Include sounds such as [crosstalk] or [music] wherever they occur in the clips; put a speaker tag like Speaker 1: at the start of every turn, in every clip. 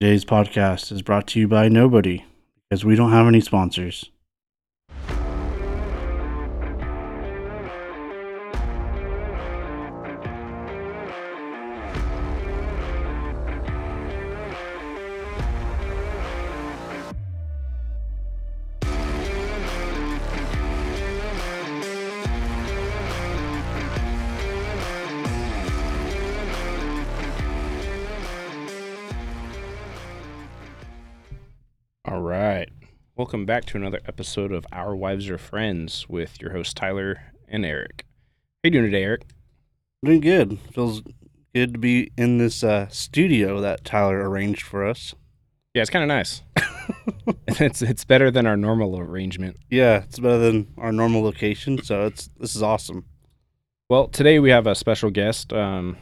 Speaker 1: Today's podcast is brought to you by nobody because we don't have any sponsors.
Speaker 2: All right. Welcome back to another episode of Our Wives Are Friends with your host Tyler and Eric. How you doing today, Eric?
Speaker 1: Doing good. Feels good to be in this uh, studio that Tyler arranged for us.
Speaker 2: Yeah, it's kind of nice. it's it's better than our normal arrangement.
Speaker 1: Yeah, it's better than our normal location, so it's this is awesome.
Speaker 2: Well, today we have a special guest, um,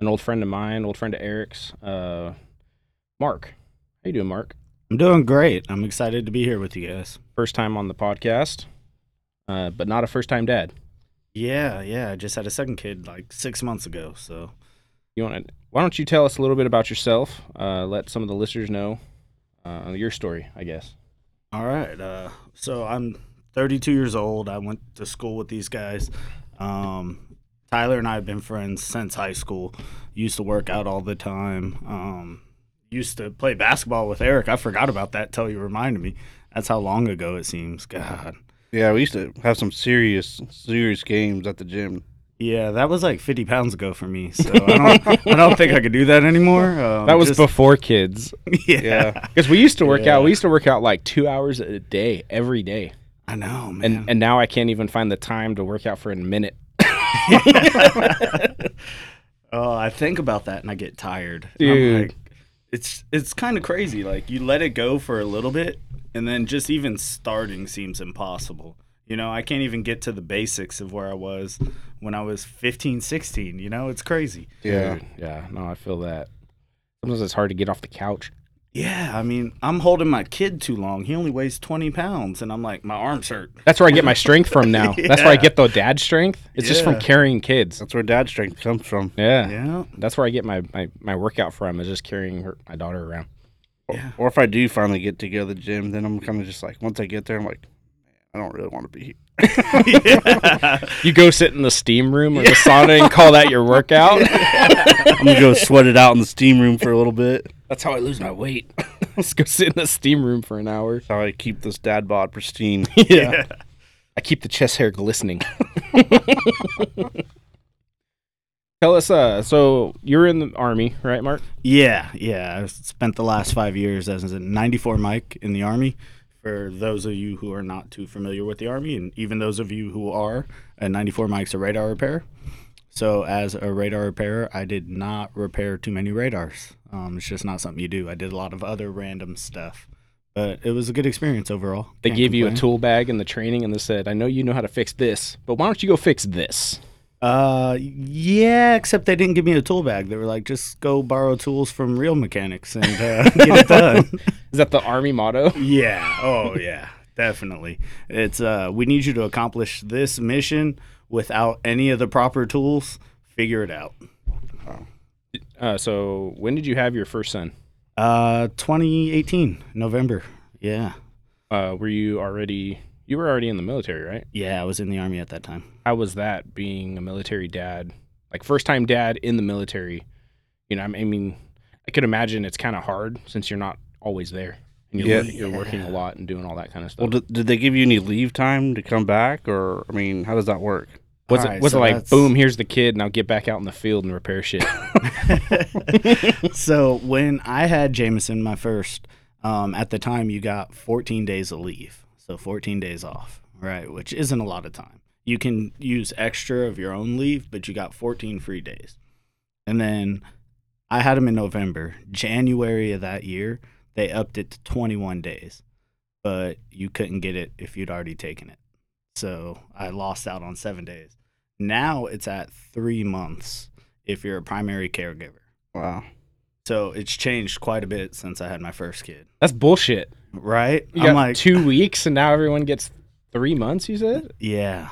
Speaker 2: an old friend of mine, old friend of Eric's, uh, Mark. How you doing, Mark?
Speaker 3: I'm doing great. I'm excited to be here with you guys.
Speaker 2: First time on the podcast, uh, but not a first time dad.
Speaker 3: Yeah, yeah. I just had a second kid like six months ago. So,
Speaker 2: You want to? Why don't you tell us a little bit about yourself? Uh, let some of the listeners know uh, your story, I guess.
Speaker 3: all right. Uh, so I'm 32 years old. I went to school with these guys. Um, Tyler and I have been friends since high school. Used to work out all the time. Um, used to play basketball with Eric. I forgot about that till you reminded me. That's how long ago it seems. God.
Speaker 1: Yeah, we used to have some serious, serious games at the gym.
Speaker 3: Yeah, that was like 50 pounds ago for me. So I don't, I don't think I could do
Speaker 2: [laughs]
Speaker 3: that anymore. Um,
Speaker 2: That was
Speaker 3: just-
Speaker 2: before kids.
Speaker 3: [laughs] yeah.
Speaker 2: [laughs]
Speaker 1: Yeah,
Speaker 2: Because we used to work
Speaker 3: Yeah.
Speaker 2: out. We used to work out like two hours a day, every day.
Speaker 3: I know, man.
Speaker 2: And and now I can't even find the time to work out for a minute.
Speaker 3: Oh, I think about that and I get tired. I'm
Speaker 2: Dude.
Speaker 3: like, it's it's kind of crazy. Like you let it go for a little bit, and then just even starting seems impossible. You know, I can't even get to the basics of where I was when I was 15, 16. You know, it's crazy.
Speaker 1: yeah.
Speaker 2: Dude, yeah. No, I feel that. Sometimes it's hard to get off the couch.
Speaker 3: Yeah, I mean, I'm holding my kid too long. He only weighs 20 pounds, and I'm like, my arms hurt.
Speaker 2: That's where I get my strength from [laughs] now. That's where I
Speaker 3: Yeah.
Speaker 2: get the dad strength. It's just from
Speaker 3: Yeah.
Speaker 2: carrying kids.
Speaker 1: That's where dad strength comes from.
Speaker 2: Yeah.
Speaker 3: [laughs] Yeah.
Speaker 2: That's where I get my, my, my workout from is just carrying her, my daughter around.
Speaker 3: Yeah.
Speaker 1: Or if I do finally get to go to the gym, then I'm kind of just like, once I get there, I'm like, man, I don't really want to be here.
Speaker 2: You go sit in the steam room or the sauna and call [laughs] that your workout.
Speaker 1: I'm gonna go [laughs] sweat it out in the steam room for a little bit.
Speaker 2: That's how I lose my weight. [laughs] Let's go sit in the steam room for an hour.
Speaker 1: That's how I keep this dad bod [laughs] pristine.
Speaker 2: yeah. I keep the chest hair glistening. [laughs] Tell us, uh, so you're in the army, right, Mark?
Speaker 3: Yeah, yeah. I spent the last five years as a 94 Mike in the Army. For those of you who are not too familiar with the Army, and even those of you who are, a 94 Mike's a radar repairer. So, as a radar repairer, I did not repair too many radars. Um, it's just not something you do. I did a lot of other random stuff, but it was a good experience overall.
Speaker 2: They
Speaker 3: Can't
Speaker 2: gave you a
Speaker 3: complain.
Speaker 2: tool bag in the training and they said, I know you know how to fix this, but why don't you go fix this?
Speaker 3: Uh, yeah, except they didn't give me a tool bag. They were like, just go borrow tools from real mechanics and uh, [laughs] get it done.
Speaker 2: Is that the army motto?
Speaker 3: Yeah. Oh, yeah. Definitely. It's uh we need you to accomplish this mission without any of the proper tools. Figure it out.
Speaker 2: Uh, so when did you have your first son?
Speaker 3: Uh 2018 November. Yeah.
Speaker 2: Uh, were you already, you were already in the military, right?
Speaker 3: Yeah, I was in the army at that time.
Speaker 2: How was that being a military dad? Like first time dad in the military? You know, I mean, I could imagine it's kind of hard since you're not always there. And you're,
Speaker 1: Yeah.
Speaker 2: wor- you're working a lot and doing all that kind of stuff.
Speaker 1: well, did, did they give you any leave time to come back, or I mean, how does that work?
Speaker 2: Was it
Speaker 3: Alright,
Speaker 2: was
Speaker 3: so
Speaker 2: it like
Speaker 3: that's-
Speaker 2: boom? Here's the kid, and I'll get back out in the field and repair shit. [laughs]
Speaker 3: so when I had Jameson, my first, um, at the time you got 14 days of leave, so 14 days off, right? Which isn't a lot of time. You can use extra of your own leave, but you got 14 free days. And then I had him in November, January of that year. They upped it to 21 days, but you couldn't get it if you'd already taken it. So I lost out on seven days. Now it's at three months if you're a primary caregiver.
Speaker 1: Wow.
Speaker 3: So it's changed quite a bit since I had my first kid.
Speaker 2: That's bullshit.
Speaker 3: Right?
Speaker 2: You
Speaker 3: I'm
Speaker 2: got [laughs]
Speaker 3: like,
Speaker 2: two weeks, and now everyone gets three months. You said
Speaker 3: yeah.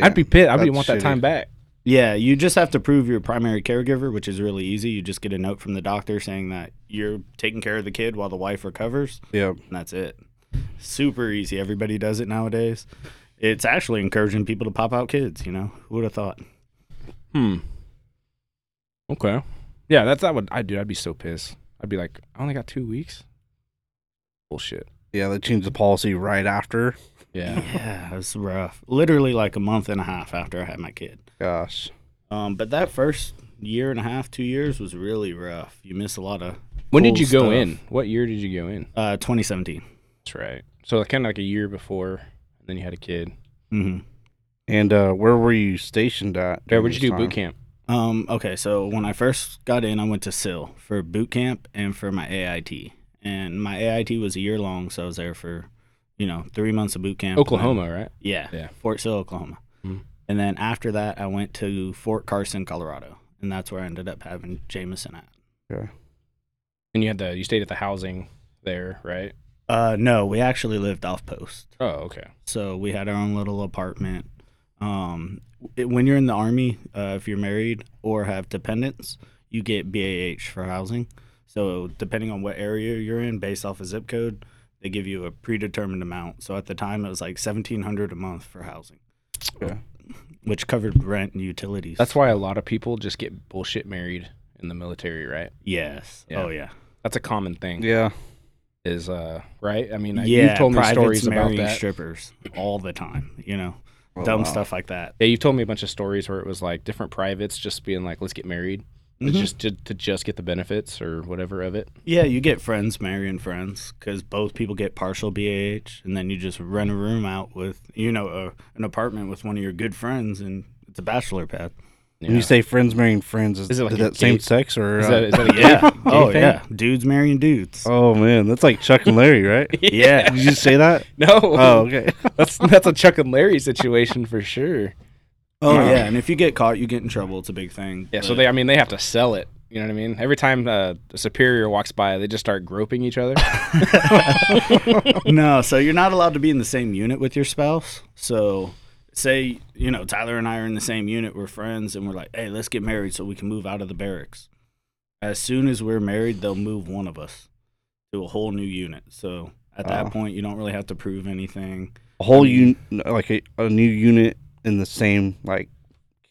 Speaker 2: I'd be pissed. I'd be
Speaker 1: that's
Speaker 2: want that
Speaker 1: shitty.
Speaker 2: time back.
Speaker 3: Yeah, you just have to prove you're a primary caregiver, which is really easy. You just get a note from the doctor saying that you're taking care of the kid while the wife recovers,
Speaker 1: Yeah.
Speaker 3: and that's it. Super easy. Everybody does it nowadays. It's actually encouraging people to pop out kids, you know? Who would have thought?
Speaker 2: Hmm. Okay. Yeah, that's that would I do. I'd be so pissed. I'd be like, I only got two weeks. Bullshit.
Speaker 1: Yeah, they changed the policy right after.
Speaker 2: Yeah.
Speaker 3: Yeah, it was rough. Literally like a month and a half after I had my kid.
Speaker 1: Gosh.
Speaker 3: Um, but that first year and a half, two years was really rough. You miss a lot of.
Speaker 2: When did
Speaker 3: cool
Speaker 2: you go
Speaker 3: stuff.
Speaker 2: in? What year did you go in?
Speaker 3: Uh, 2017.
Speaker 2: That's right. So kind of like a year before, and then you had a kid.
Speaker 3: hmm
Speaker 1: And uh, where were you stationed at?
Speaker 2: Yeah,
Speaker 1: during
Speaker 2: where'd you
Speaker 1: this
Speaker 2: do boot
Speaker 1: time?
Speaker 2: camp?
Speaker 3: Um, okay, so when I first got in, I went to SIL for boot camp and for my AIT. And my AIT was a year long, so I was there for, you know, three months of boot camp.
Speaker 2: Oklahoma, right?
Speaker 3: Yeah,
Speaker 2: Yeah.
Speaker 3: Fort Sill, Oklahoma.
Speaker 2: Mhm.
Speaker 3: And then after that, I went to Fort Carson, Colorado. And that's where I ended up having Jameson at.
Speaker 2: And you had the you stayed at the housing there, right?
Speaker 3: Uh, no, we actually lived off post.
Speaker 2: Oh, okay.
Speaker 3: So we had our own little apartment. Um, it- when you're in the army, uh, if you're married or have dependents, you get BAH for housing. So depending on what area you're in, based off a zip code, they give you a predetermined amount. So at the time, it was like seventeen hundred a month for housing,
Speaker 1: Yeah.
Speaker 3: which covered rent and utilities.
Speaker 2: That's why a lot of people just get bullshit married in the military, right?
Speaker 3: yes.
Speaker 2: Yeah.
Speaker 3: Oh yeah.
Speaker 2: That's a common thing.
Speaker 1: Yeah.
Speaker 2: Is uh right? I mean, I-
Speaker 3: yeah.
Speaker 2: you've told me
Speaker 3: privates
Speaker 2: stories about
Speaker 3: marrying
Speaker 2: that.
Speaker 3: strippers all the time. You know,
Speaker 1: Oh,
Speaker 3: dumb
Speaker 1: wow.
Speaker 3: stuff like that.
Speaker 2: Yeah, you've told me a bunch of stories where it was like different privates just being like, "Let's get married," to
Speaker 3: Mhm.
Speaker 2: just to, to just get the benefits or whatever of it.
Speaker 3: Yeah, you get friends marrying friends because both people get partial BAH, and then you just rent a room out with, you know, a, an apartment with one of your good friends, and it's a bachelor pad.
Speaker 1: When you
Speaker 2: Yeah.
Speaker 1: say friends marrying friends, is,
Speaker 2: Is it like
Speaker 1: is
Speaker 2: a
Speaker 1: that same
Speaker 2: gay-
Speaker 1: sex or?
Speaker 2: is
Speaker 1: uh,
Speaker 2: that, is [laughs] that a gay-
Speaker 3: [laughs]
Speaker 2: gay
Speaker 3: oh
Speaker 2: thing?
Speaker 3: yeah, dudes marrying dudes.
Speaker 1: [laughs] oh man, that's like Chuck and
Speaker 2: [laughs]
Speaker 1: Larry, right?
Speaker 3: Yeah,
Speaker 1: Did you say that?
Speaker 2: No.
Speaker 1: Oh, okay. [laughs]
Speaker 2: that's [laughs] that's a Chuck and Larry situation for sure.
Speaker 3: [laughs] oh
Speaker 2: Wow.
Speaker 3: yeah, and if you get caught, you get in trouble. It's a big thing.
Speaker 2: Yeah. So
Speaker 3: but-
Speaker 2: they, I mean, they have to sell it. You know what I mean? Every time uh, a superior walks by, they just start groping each
Speaker 1: [laughs]
Speaker 2: other.
Speaker 3: no, so you're not allowed to be in the same unit with your spouse. So say, you know, Tyler and I are in the same unit, we're friends and we're like, "Hey, let's get married so we can move out of the barracks." As soon as we're married, they'll move one of us to a whole new unit. So at that
Speaker 1: Wow.
Speaker 3: point, you don't really have to prove anything.
Speaker 1: A whole un- like a, a new unit in the same like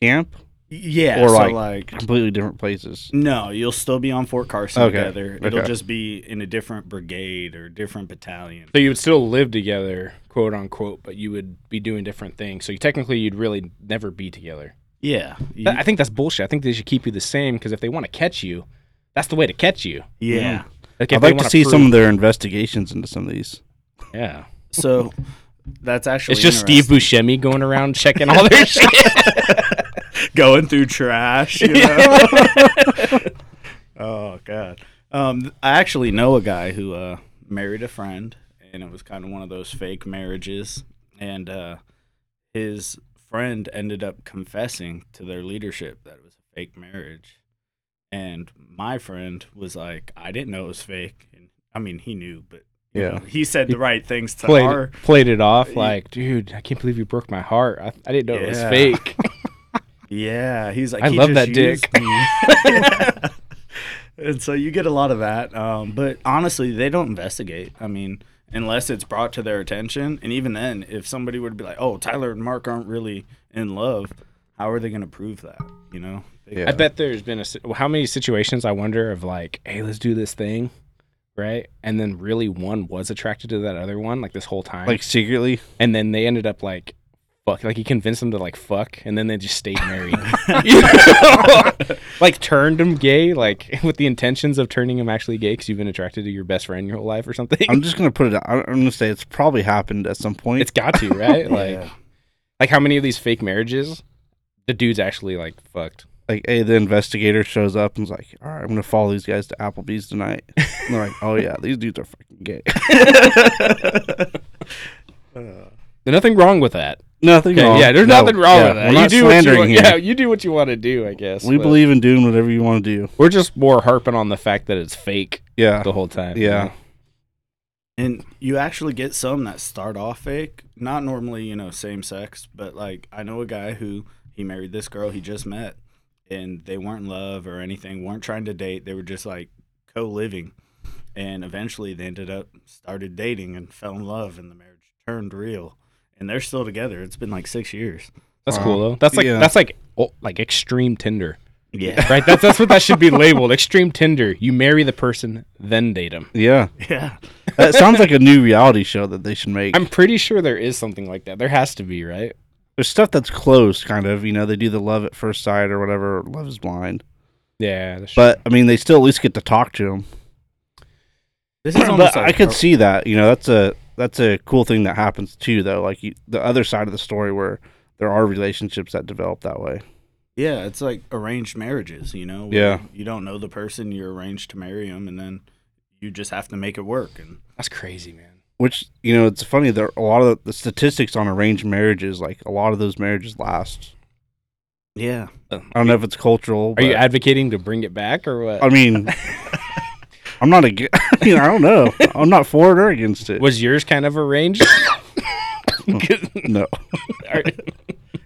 Speaker 1: camp,
Speaker 3: Y- Yeah,
Speaker 1: Or
Speaker 3: so
Speaker 1: like-
Speaker 3: like
Speaker 1: completely different places.
Speaker 3: No, you'll still be on Fort Carson
Speaker 1: Okay,
Speaker 3: together. It'll
Speaker 1: okay.
Speaker 3: just be in a different brigade or different battalion.
Speaker 2: so you would still live together, quote unquote, but you would be doing different things. So you, technically, you'd really never be together.
Speaker 3: Yeah. you-
Speaker 2: That- I think that's bullshit. I think they should keep you the same because if they want to catch you, that's the way to catch you.
Speaker 3: yeah.
Speaker 2: Like, if
Speaker 1: I'd
Speaker 2: they
Speaker 1: like to
Speaker 2: wanna
Speaker 1: see
Speaker 2: prove-
Speaker 1: some of their investigations into some of these.
Speaker 2: Yeah.
Speaker 3: So that's actually
Speaker 2: It's just Steve Buscemi going around checking all
Speaker 1: [laughs]
Speaker 2: their shit.
Speaker 3: [laughs] going through trash. You know? [laughs] oh god. Um, th- I actually know a guy who uh, married a friend, and it was kind of one of those fake marriages. And uh, his friend ended up confessing to their leadership that it was a fake marriage. And my friend was like, "I didn't know it was fake." And I mean, he knew, but you
Speaker 1: Yeah.
Speaker 3: know, he said the right things to
Speaker 2: played,
Speaker 3: our
Speaker 2: played it off
Speaker 3: Yeah.
Speaker 2: like, dude, I can't believe you broke my heart. I, I didn't know it was
Speaker 3: Yeah.
Speaker 1: [laughs]
Speaker 2: fake.
Speaker 3: Yeah, he's like,
Speaker 2: I
Speaker 3: "He
Speaker 2: love
Speaker 3: just
Speaker 2: that dick."
Speaker 3: used me." [laughs] and so you get a lot of that. Um, but honestly, they don't investigate. I mean, unless it's brought to their attention, and even then, if somebody were to be like, "Oh, Tyler and Mark aren't really in love," how are they going to prove that? You know? They-
Speaker 2: I bet there's been a si- how many situations I wonder of like, hey, let's do this thing, right? And then really one was attracted to that other one like this whole time,
Speaker 1: Like secretly,
Speaker 2: and then they ended up like. Fuck, like he convinced them to like fuck, and then they just stayed
Speaker 1: [laughs]
Speaker 2: married. [laughs] You know? like turned him gay, like [laughs] with the intentions of turning him actually gay because you've been attracted to your best friend your whole life or something.
Speaker 1: I'm just gonna put it. out. I'm I'm gonna say it's probably happened at some
Speaker 2: [laughs]
Speaker 1: point.
Speaker 2: it's got to right, like
Speaker 3: Yeah.
Speaker 2: like how many of these fake marriages the dude's actually like fucked.
Speaker 1: like, hey, the investigator shows up and's like, "All right, I'm gonna follow these guys to Applebee's
Speaker 2: [laughs]
Speaker 1: tonight." and they're like, "Oh yeah, these dudes are fucking gay." [laughs]
Speaker 2: There's nothing wrong with that.
Speaker 1: nothing
Speaker 2: Okay,
Speaker 1: wrong.
Speaker 2: yeah, there's
Speaker 1: No,
Speaker 2: nothing wrong
Speaker 1: yeah,
Speaker 2: with that.
Speaker 1: We're
Speaker 2: you
Speaker 1: not
Speaker 2: do what you
Speaker 1: slandering
Speaker 2: want,
Speaker 1: here.
Speaker 2: yeah, you do what you want to do, I guess.
Speaker 1: we
Speaker 2: but
Speaker 1: believe in doing whatever you want to do.
Speaker 2: we're just more harping on the fact that it's fake
Speaker 1: Yeah,
Speaker 2: the whole time.
Speaker 1: Yeah.
Speaker 3: And you actually get some that start off fake. Not normally, you know, same sex, but like I know a guy who He married this girl he just met, and they weren't in love or anything, weren't trying to date. They were just like co living. And eventually they ended up started dating and fell in love, and the marriage turned real. And they're still together. It's been like six years.
Speaker 2: That's
Speaker 1: Wow.
Speaker 2: cool though. That's like
Speaker 1: Yeah.
Speaker 2: that's like oh, like extreme Tinder,
Speaker 3: Yeah.
Speaker 2: right? That's that's what that should be labeled. Extreme Tinder. You marry the person, then date them.
Speaker 1: Yeah,
Speaker 3: [laughs] Yeah.
Speaker 1: that sounds like a new reality show that they should make.
Speaker 2: I'm pretty sure there is something like that. There has to be, right?
Speaker 1: There's stuff that's close, kind of. You know, they do the Love at First Sight or whatever, Love is Blind.
Speaker 2: Yeah. that's true.
Speaker 1: But I mean, they still at least get to talk to him.
Speaker 3: This is almost
Speaker 1: but I
Speaker 3: like
Speaker 1: could
Speaker 3: a-
Speaker 1: see that. You know, that's a that's a cool thing that happens too, though. Like you, the other side of the story where there are relationships that develop that way.
Speaker 3: Yeah, it's like arranged marriages, you know?
Speaker 1: Yeah.
Speaker 3: You don't know the person, you're arranged to marry them, and then you just have to make it work. And
Speaker 2: that's crazy, man.
Speaker 1: Which you know, it's funny. There a lot of the statistics on arranged marriages. Like a lot of those marriages last.
Speaker 3: yeah.
Speaker 1: I don't know if it's cultural.
Speaker 2: Are you
Speaker 1: but-
Speaker 2: advocating to bring it back or what? [laughs]
Speaker 1: I mean, I'm not [laughs] against. I mean, I don't know. I'm not for it or against it.
Speaker 2: Was yours kind of arranged?
Speaker 1: No,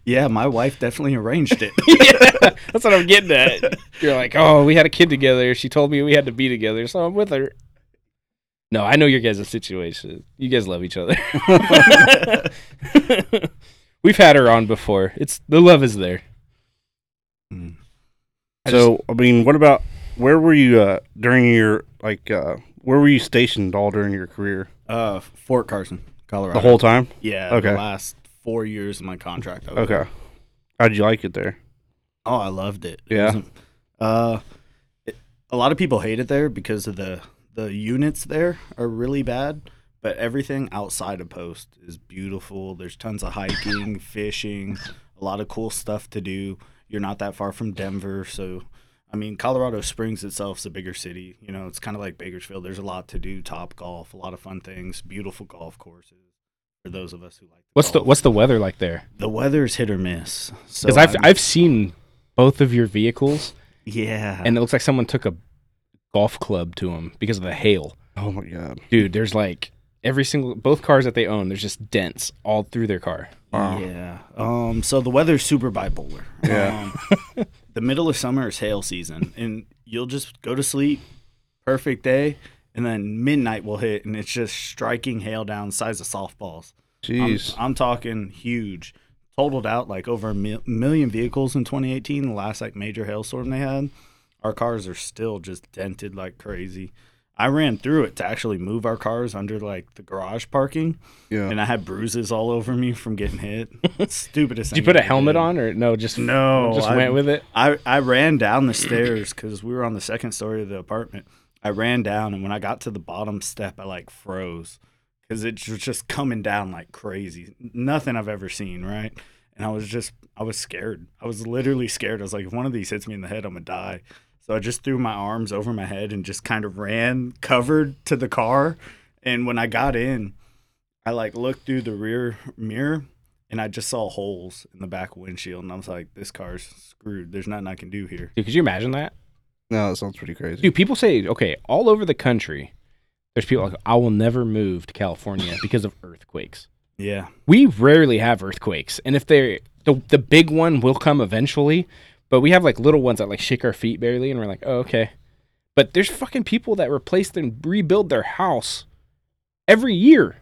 Speaker 3: Yeah, my wife definitely arranged
Speaker 1: [laughs]
Speaker 3: it.
Speaker 2: [laughs] That's what I'm getting
Speaker 3: [laughs]
Speaker 2: at. You're like, oh, we had a kid together. She told me we had to be together, so I'm with her. No, I know your guys' situation. You guys love each
Speaker 3: [laughs]
Speaker 2: other. [laughs] We've had her on before. It's the love is there.
Speaker 3: Mm.
Speaker 2: I
Speaker 1: so I mean, what about where were you uh, during your like? Uh, where were you stationed all during your career?
Speaker 3: Uh, Fort Carson, Colorado.
Speaker 1: The whole time?
Speaker 3: yeah.
Speaker 1: okay.
Speaker 3: The last four years of my contract. I was-
Speaker 1: Okay. How'd you like it there?
Speaker 3: Oh, I loved it.
Speaker 1: Yeah.
Speaker 3: wasn't- uh, it, a lot of people hate it there because of the the units there are really bad, but everything outside of post is beautiful. There's tons
Speaker 2: [coughs]
Speaker 3: of hiking, fishing, a lot of cool stuff to do. You're not that far from Denver, so I mean, Colorado Springs itself is a bigger city. You know, it's kind of like Bakersfield. There's a lot to do. Top golf, a lot of fun things. Beautiful golf courses for those of us who like.
Speaker 2: What's the
Speaker 3: golf.
Speaker 2: what's the weather like there?
Speaker 3: the weather's hit or miss? So
Speaker 2: Because I've
Speaker 3: I'm-
Speaker 2: I've seen both of your vehicles,
Speaker 3: yeah.
Speaker 2: and it looks like someone took a golf club to them because of the hail.
Speaker 1: Oh my god.
Speaker 2: Dude, there's like every single both cars that they own. There's just dents all through their car.
Speaker 1: Wow.
Speaker 3: Yeah. Um. So the weather's super bipolar.
Speaker 1: Yeah.
Speaker 3: Um,
Speaker 1: [laughs]
Speaker 3: the middle of summer is hail season, and you'll just go to sleep, perfect day, and then midnight will hit, and it's just striking hail down size of softballs. I'm,
Speaker 1: Jeez.
Speaker 3: I'm talking huge. Totaled out like over a mil- million vehicles in 2018. The last like major hailstorm they had, our cars are still just dented like crazy. I ran through it to actually move our cars under like the garage parking
Speaker 1: yeah.
Speaker 3: and I had bruises all over me from
Speaker 2: [laughs]
Speaker 3: getting hit. Stupidest.
Speaker 2: Did you
Speaker 3: thing
Speaker 2: put
Speaker 3: I
Speaker 2: a
Speaker 3: ever
Speaker 2: helmet
Speaker 3: did.
Speaker 2: on or no? Just
Speaker 3: No,
Speaker 2: just
Speaker 3: I-
Speaker 2: went with it.
Speaker 3: I I ran down the stairs because we were on the second story of the apartment. I ran down, and when I got to the bottom step, I like froze because it was just coming down like crazy. Nothing I've ever seen, right? And I was just, I was scared. I was literally scared. I was like, if one of these hits me in the head, I'm gonna die. So I just threw my arms over my head and just kind of ran covered to the car. And when I got in, I like looked through the rear mirror and I just saw holes in the back windshield. And I was like, this car's screwed. There's nothing I can do here.
Speaker 2: Dude, could you imagine that?
Speaker 1: No, that sounds pretty crazy.
Speaker 2: Dude, people say, okay, all over the country, there's people like, I will never move to
Speaker 3: [laughs]
Speaker 2: California because of earthquakes.
Speaker 3: Yeah.
Speaker 2: We rarely have earthquakes. And if they're, the, the big one will come eventually, but we have like little ones that like shake our feet barely and we're like, oh, okay. But there's fucking people that replace and rebuild their house every year.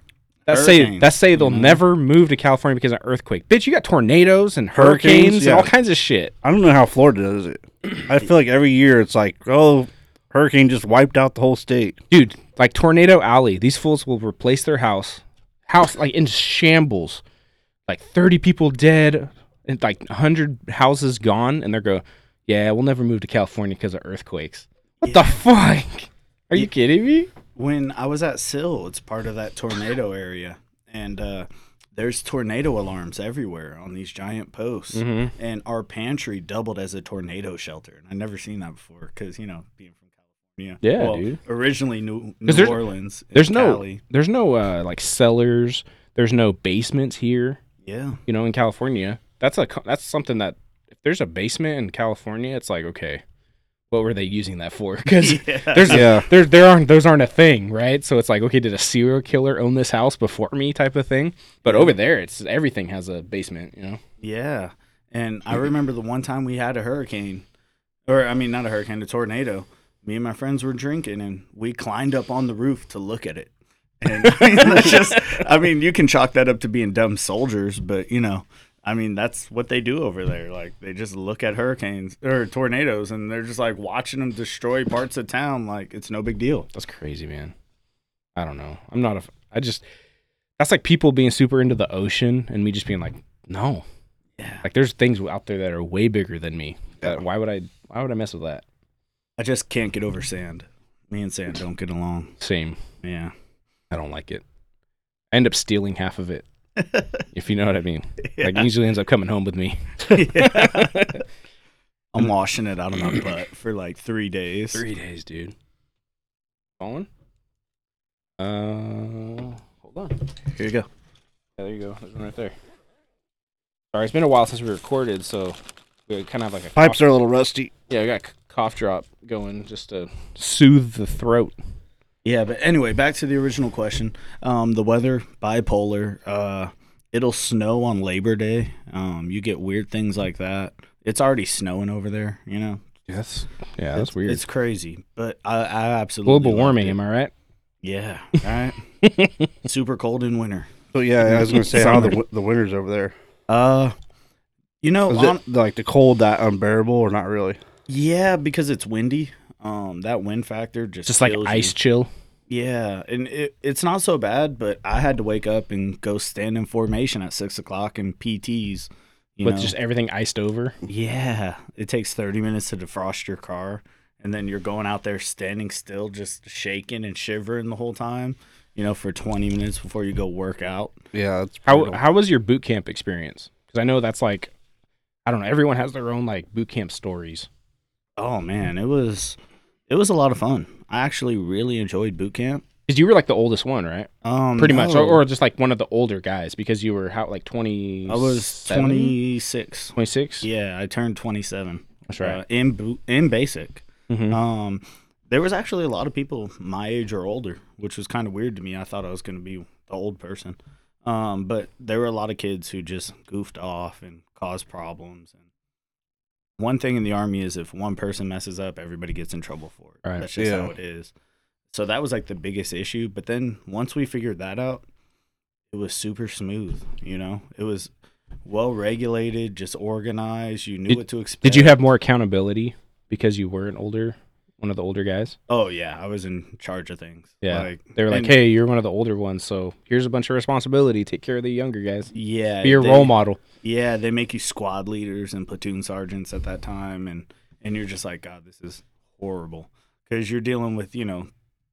Speaker 2: That say
Speaker 3: Hurricanes.
Speaker 2: that say they'll
Speaker 3: Mhm.
Speaker 2: never move to California because of an earthquake. Bitch, you got tornadoes and hurricanes,
Speaker 1: Hurricanes,
Speaker 2: and
Speaker 1: yeah.
Speaker 2: all kinds of shit.
Speaker 1: I don't know how Florida does it. I feel like every year it's like, oh, hurricane just wiped out the whole state.
Speaker 2: dude like tornado alley these fools will replace their house house like in shambles like 30 people dead and like 100 houses gone and they're go yeah we'll never move to california because of earthquakes what the fuck are you kidding me
Speaker 3: when I was at Sill, it's part of that tornado area, and uh, there's tornado alarms everywhere on these giant posts.
Speaker 2: Mm-hmm.
Speaker 3: And our pantry doubled as a tornado shelter, and I never seen that before because you know being from California,
Speaker 2: Yeah, dude.
Speaker 3: originally New,
Speaker 2: Because
Speaker 3: New
Speaker 2: there-
Speaker 3: Orleans. and
Speaker 2: there's no
Speaker 3: Cali.
Speaker 2: there's no uh like cellars there's no basements here
Speaker 3: yeah,
Speaker 2: you know in california that's a co- that's something that if there's a basement in california it's like okay what were they using that for [laughs] because there's
Speaker 1: Yeah.
Speaker 2: there there aren't those aren't a thing, right? So it's like, okay, did a serial killer own this house before me type of thing? But over there it's everything has a basement, you know?
Speaker 3: yeah. And I remember the one time we had a hurricane, or I mean, not a hurricane, a tornado. Me and my friends were drinking, and we climbed up on the roof to look at it. And [laughs] I mean, that's just, I mean, you can chalk that up to being dumb soldiers, but you know, I mean, that's what they do over there. Like, they just look at hurricanes or tornadoes, and they're just like watching them destroy parts of town. Like, it's no big deal.
Speaker 2: That's crazy, man. I don't know. I'm not a. I just. That's like people being super into the ocean and me just being like, no.
Speaker 3: Yeah.
Speaker 2: Like there's things out there that are way bigger than me. That why would I? Why would I mess with that?
Speaker 3: I just can't get over sand. Me and sand don't get along.
Speaker 2: Same.
Speaker 3: Yeah.
Speaker 2: I don't like it. I end up stealing half of [laughs] it. if you know what I mean. Like it usually ends up coming home with [laughs] me.
Speaker 3: [laughs] I'm washing it out of my butt for like three days.
Speaker 2: Three days, dude. Phone. Uh, hold on.
Speaker 3: Here you go.
Speaker 2: Yeah, there you go. There's one right there. Sorry, it's been a while since we recorded, so we kind of have like a
Speaker 1: Pipes
Speaker 2: cough,
Speaker 1: are a little rusty.
Speaker 2: yeah, we got a c- cough drop going just to soothe the throat.
Speaker 3: Yeah, but anyway, back to the original question. Um, the weather bipolar. Uh, it'll snow on Labor Day. Um, you get weird things like that. It's already snowing over there. You know,
Speaker 2: Yes. Yeah, that's weird.
Speaker 3: it's crazy. But I, I absolutely
Speaker 2: global
Speaker 3: loved
Speaker 2: warming.
Speaker 3: it.
Speaker 2: Am I right?
Speaker 3: Yeah,
Speaker 2: [laughs]
Speaker 3: right. Super cold in winter.
Speaker 1: So yeah, I was gonna say how the wi- the winters over there
Speaker 3: Uh, you know,
Speaker 1: is
Speaker 3: hon-
Speaker 1: it like the cold that unbearable or not really?
Speaker 3: yeah, because it's windy. Um, that wind factor just
Speaker 2: Just like
Speaker 3: kills you.
Speaker 2: ice chill.
Speaker 3: Yeah, and it, it's not so bad, but I had to wake up and go stand in formation at six o'clock in PTs. You
Speaker 2: with
Speaker 3: know?
Speaker 2: just everything iced over.
Speaker 3: yeah, it takes thirty minutes to defrost your car, and then you're going out there standing still, just shaking and shivering the whole time. You know, for twenty minutes before you go work out.
Speaker 1: Yeah, it's
Speaker 2: How
Speaker 1: brutal.
Speaker 2: how was your boot camp experience? Because I know that's like, I don't know. Everyone has their own like boot camp stories.
Speaker 3: Oh man, it was it was a lot of fun. I actually really enjoyed boot camp.
Speaker 2: Because you were like the oldest one, right?
Speaker 3: Um,
Speaker 2: Pretty much, or,
Speaker 3: no,
Speaker 2: or just like one of the older guys because you were how like twenty.
Speaker 3: I was twenty six.
Speaker 2: 26?
Speaker 3: Yeah, I turned twenty seven.
Speaker 2: that's right.
Speaker 3: Uh, in boot in basic.
Speaker 2: Mhm.
Speaker 3: Um, there was actually a lot of people my age or older, which was kind of weird to me. I thought I was going to be the old person. Um, but there were a lot of kids who just goofed off and caused problems. And one thing in the army is if one person messes up, everybody gets in trouble for it.
Speaker 2: Right,
Speaker 3: That's just
Speaker 1: yeah.
Speaker 3: how it is. So that was like the biggest issue. But then once we figured that out, it was super smooth. You know, it was well regulated, just organized. You knew
Speaker 2: Did-
Speaker 3: what to expect.
Speaker 2: Did you have more accountability because you were an older, one of the older guys?
Speaker 3: Oh yeah, I was in charge of things.
Speaker 2: Yeah.
Speaker 3: Like,
Speaker 2: They were like,
Speaker 3: and-
Speaker 2: "Hey, you're one of the older ones, so here's a bunch of responsibility. Take care of the younger guys.
Speaker 3: yeah,
Speaker 2: Be your
Speaker 3: they-
Speaker 2: role model."
Speaker 3: Yeah, they make you squad leaders and platoon sergeants at that time, and and you're just like, God, this is horrible because you're dealing with you know,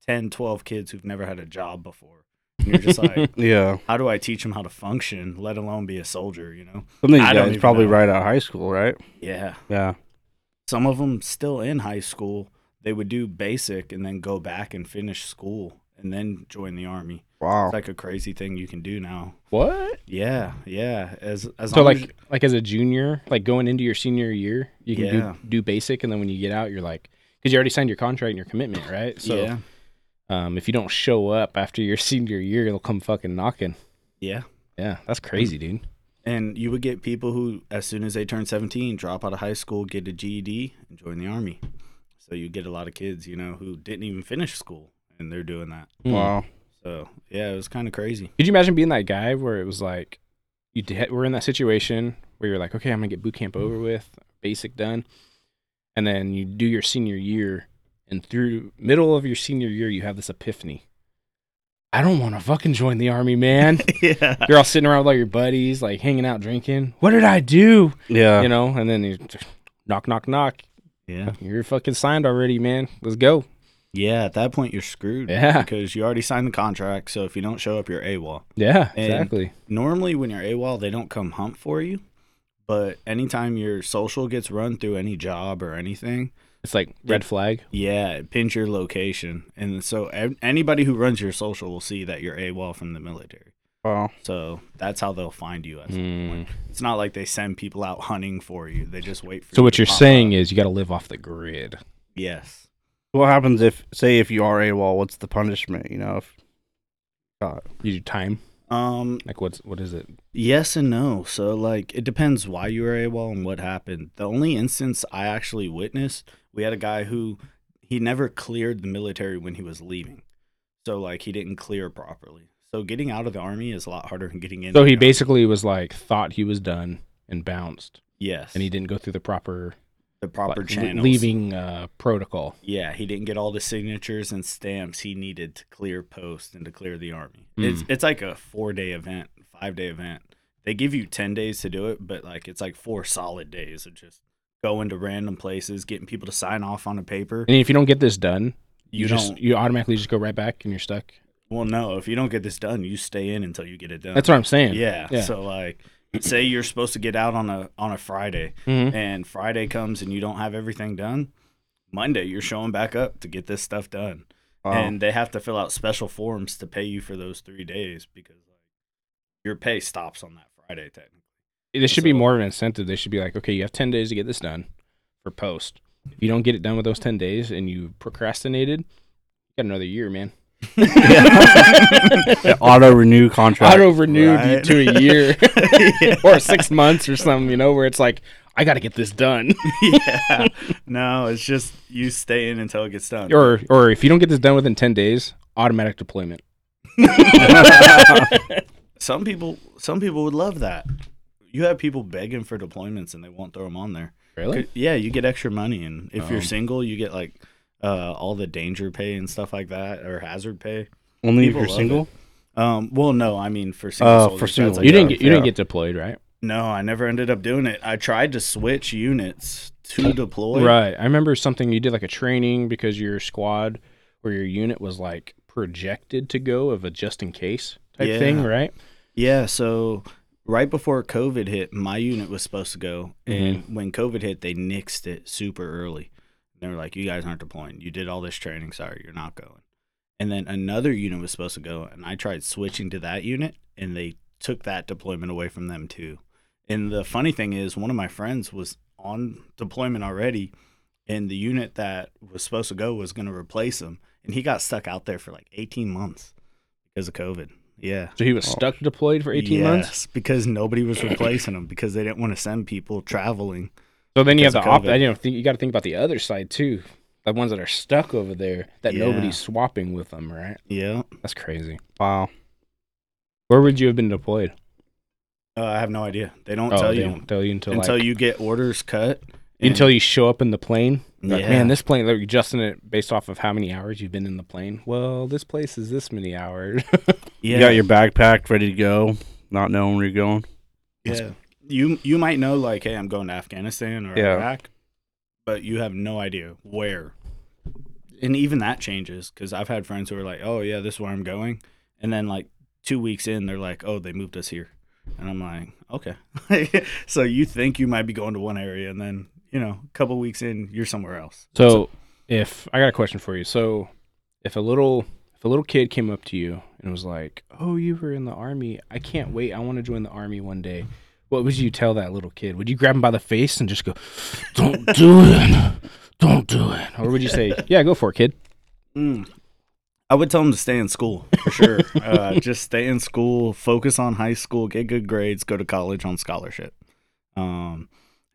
Speaker 3: 10, 12 kids who've never had a job before. And you're just
Speaker 2: [laughs]
Speaker 3: like,
Speaker 1: yeah,
Speaker 3: how do I teach them how to function, let alone be a soldier? You know?
Speaker 1: some of these
Speaker 3: I don't
Speaker 1: guys
Speaker 3: even
Speaker 1: probably
Speaker 3: know.
Speaker 1: right out of high school, right?
Speaker 3: Yeah.
Speaker 1: Yeah,
Speaker 3: Some of them still in high school. They would do basic and then go back and finish school and then join the army.
Speaker 1: wow.
Speaker 3: It's like a crazy thing you can do now.
Speaker 2: What?
Speaker 3: Yeah, yeah. As as
Speaker 2: So
Speaker 3: long as
Speaker 2: like like as a junior, like going into your senior year, you can
Speaker 3: Yeah.
Speaker 2: do do basic, and then when you get out, you're like, because you already signed your contract and your commitment, right? So
Speaker 3: yeah,
Speaker 2: um, if you don't show up after your [laughs] senior year, they'll come fucking knocking.
Speaker 3: yeah.
Speaker 2: Yeah, that's crazy, dude.
Speaker 3: And you would get people who, as soon as they turn 17, drop out of high school, get a GED, and join the army. So you get a lot of kids, you know, who didn't even finish school, and they're doing that.
Speaker 2: Hmm.
Speaker 1: Wow.
Speaker 3: So yeah, it was kind of crazy.
Speaker 2: Could you imagine being that guy where it was like you did, we're in that situation where you're like, okay, I'm gonna get boot camp over with, basic done, and then you do your senior year, and through middle of your senior year, you have this epiphany. I don't want to fucking join the army, [laughs] man.
Speaker 3: yeah,
Speaker 2: you're all sitting around with all your buddies, like hanging out, drinking. What did I do?
Speaker 1: Yeah.
Speaker 2: You know, and then you knock, knock, knock.
Speaker 3: yeah,
Speaker 2: You're fucking signed already, man. Let's go.
Speaker 3: yeah. At that point, you're screwed.
Speaker 2: Yeah. [laughs]
Speaker 3: because you already signed the contract. So if you don't show up, you're AWOL.
Speaker 2: Yeah,
Speaker 3: And-
Speaker 2: exactly.
Speaker 3: Normally, when you're AWOL, they don't come hunt for you. But anytime your social gets run through any job or anything,
Speaker 2: It's like red flag.
Speaker 3: Yeah, it pins your location, and so a- anybody who runs your social will see that you're AWOL from the military.
Speaker 1: Wow.
Speaker 3: So that's how they'll find you. At some
Speaker 2: Hmm.
Speaker 3: point. It's not like they send people out hunting for you; they just wait for.
Speaker 2: So
Speaker 3: you
Speaker 2: what
Speaker 3: to
Speaker 2: you're
Speaker 3: pop
Speaker 2: saying
Speaker 3: up.
Speaker 2: is you got to live off the grid.
Speaker 3: yes,
Speaker 1: What happens if, say, if you are AWOL, what's the punishment? You know, if
Speaker 2: You do time.
Speaker 3: Um,
Speaker 2: Like what's what is it?
Speaker 3: Yes and no. So like it depends why you were AWOL and what happened. The only instance I actually witnessed, we had a guy who he never cleared the military when he was leaving. So like he didn't clear properly. So getting out of the army is a lot harder than getting in.
Speaker 2: So he
Speaker 3: the army.
Speaker 2: basically was like thought he was done and bounced,
Speaker 3: yes,
Speaker 2: and he didn't go through the proper
Speaker 3: the proper
Speaker 2: like, le-
Speaker 3: channels.
Speaker 2: leaving uh, protocol.
Speaker 3: Yeah, he didn't get all the signatures and stamps he needed to clear post and to clear the army.
Speaker 2: Mm.
Speaker 3: It's it's like a four day event, five day event. They give you ten days to do it, but like it's like four solid days of just going to random places, getting people to sign off on a paper.
Speaker 2: And if you don't get this done, you,
Speaker 3: You
Speaker 2: just
Speaker 3: don't.
Speaker 2: you automatically just go right back and you're stuck.
Speaker 3: Well, no, if you don't get this done, you stay in until you get it done.
Speaker 2: That's what I'm saying.
Speaker 3: Uh, yeah.
Speaker 2: Yeah.
Speaker 3: So like, say you're supposed to get out on a on a Friday,
Speaker 2: Mhm.
Speaker 3: and Friday comes and you don't have everything done. Monday, you're showing back up to get this stuff done.
Speaker 1: Wow.
Speaker 3: and they have to fill out special forms to pay you for those three days because like your pay stops on that Friday technically.
Speaker 2: This should be
Speaker 3: So-
Speaker 2: more of an incentive. They should be like, okay, you have 10 days to get this done for post. If you don't get it done with those 10 days and you procrastinated, you got another year, man.
Speaker 1: auto renew contract.
Speaker 2: Auto renewed
Speaker 3: Right.
Speaker 2: you to a
Speaker 3: [laughs]
Speaker 2: year [laughs] or six months or something, you know, where it's like, I got to get this done.
Speaker 3: yeah. [laughs] No, it's just you stay in until it gets done.
Speaker 2: or, or if you don't get this done within 10 days, automatic deployment.
Speaker 3: some people some people would love that. You have people begging for deployments and they won't throw them on there.
Speaker 2: Really?
Speaker 3: Yeah, you get extra money and if
Speaker 2: Oh.
Speaker 3: you're single, you get like uh, all the danger pay and stuff like that or hazard pay.
Speaker 1: Only if
Speaker 3: people
Speaker 1: you're
Speaker 3: love
Speaker 1: single.
Speaker 3: Um, well, no, I mean for single
Speaker 1: Oh, for
Speaker 3: soldiers, that's,
Speaker 1: single,
Speaker 3: like,
Speaker 2: You didn't
Speaker 1: Yeah,
Speaker 2: get, you didn't
Speaker 1: yeah.
Speaker 2: get deployed, right?
Speaker 3: No, I never ended up doing it. I tried to switch units to deploy.
Speaker 2: Right. I remember something you did like a training because your squad or your unit was like projected to go of a just in case type
Speaker 3: Yeah.
Speaker 2: thing, right?
Speaker 3: Yeah, so right before COVID hit, my unit was supposed to go, and when COVID hit, they nixed it super early. They were like, "You guys aren't deploying. You did all this training. Sorry, you're not going." And then another unit was supposed to go, and I tried switching to that unit, and they took that deployment away from them too. And the funny thing is, one of my friends was on deployment already, and the unit that was supposed to go was going to replace him, and he got stuck out there for like 18 months because of COVID. Yeah.
Speaker 2: So he was
Speaker 1: Oh.
Speaker 2: stuck deployed for 18 months.
Speaker 3: Yes, because nobody was replacing them because they didn't want to send people traveling.
Speaker 2: So then you have
Speaker 3: Because
Speaker 2: the
Speaker 3: of
Speaker 2: op.
Speaker 3: COVID.
Speaker 2: You know, think, you got to think about the other side too, the ones that are stuck over there that
Speaker 3: Yeah.
Speaker 2: nobody's swapping with them, right?
Speaker 3: Yeah,
Speaker 2: That's crazy.
Speaker 1: Wow.
Speaker 2: Where would you have been deployed? Oh,
Speaker 3: uh, I have no idea. Oh, They don't tell
Speaker 2: they
Speaker 3: you
Speaker 2: don't tell you until
Speaker 3: until
Speaker 2: like,
Speaker 3: you get orders cut. and-
Speaker 2: until you show up in the plane. You're Like,
Speaker 3: Yeah.
Speaker 2: man, this plane. They're adjusting it based off of how many hours you've been in the plane. Well, this place is this many hours. [laughs]
Speaker 3: yeah,
Speaker 1: You got your bag packed, ready to go, not knowing where you're going.
Speaker 3: yeah. You you might know like, hey, I'm going to Afghanistan or
Speaker 1: Yeah.
Speaker 3: Iraq, but you have no idea where. And even that changes because I've had friends who are like, oh yeah, this is where I'm going, and then like two weeks in, they're like, oh, they moved us here, and I'm like, okay. [laughs] so you think you might be going to one area, and then you know, a couple weeks in, you're somewhere else.
Speaker 2: So, if I got a question for you, so if a little if a little kid came up to you and was like, "Oh, you were in the army. I can't wait. I want to join the army one day." What would you tell that little kid? Would you grab him by the face and just go, "Don't do it. Don't do it." Or would you [laughs] say, "Yeah, go for it, kid."
Speaker 3: Mm. I would tell them to stay in school
Speaker 2: [laughs]
Speaker 3: for sure. uh, just stay in school, focus on high school, get good grades, go to college on scholarship. Um,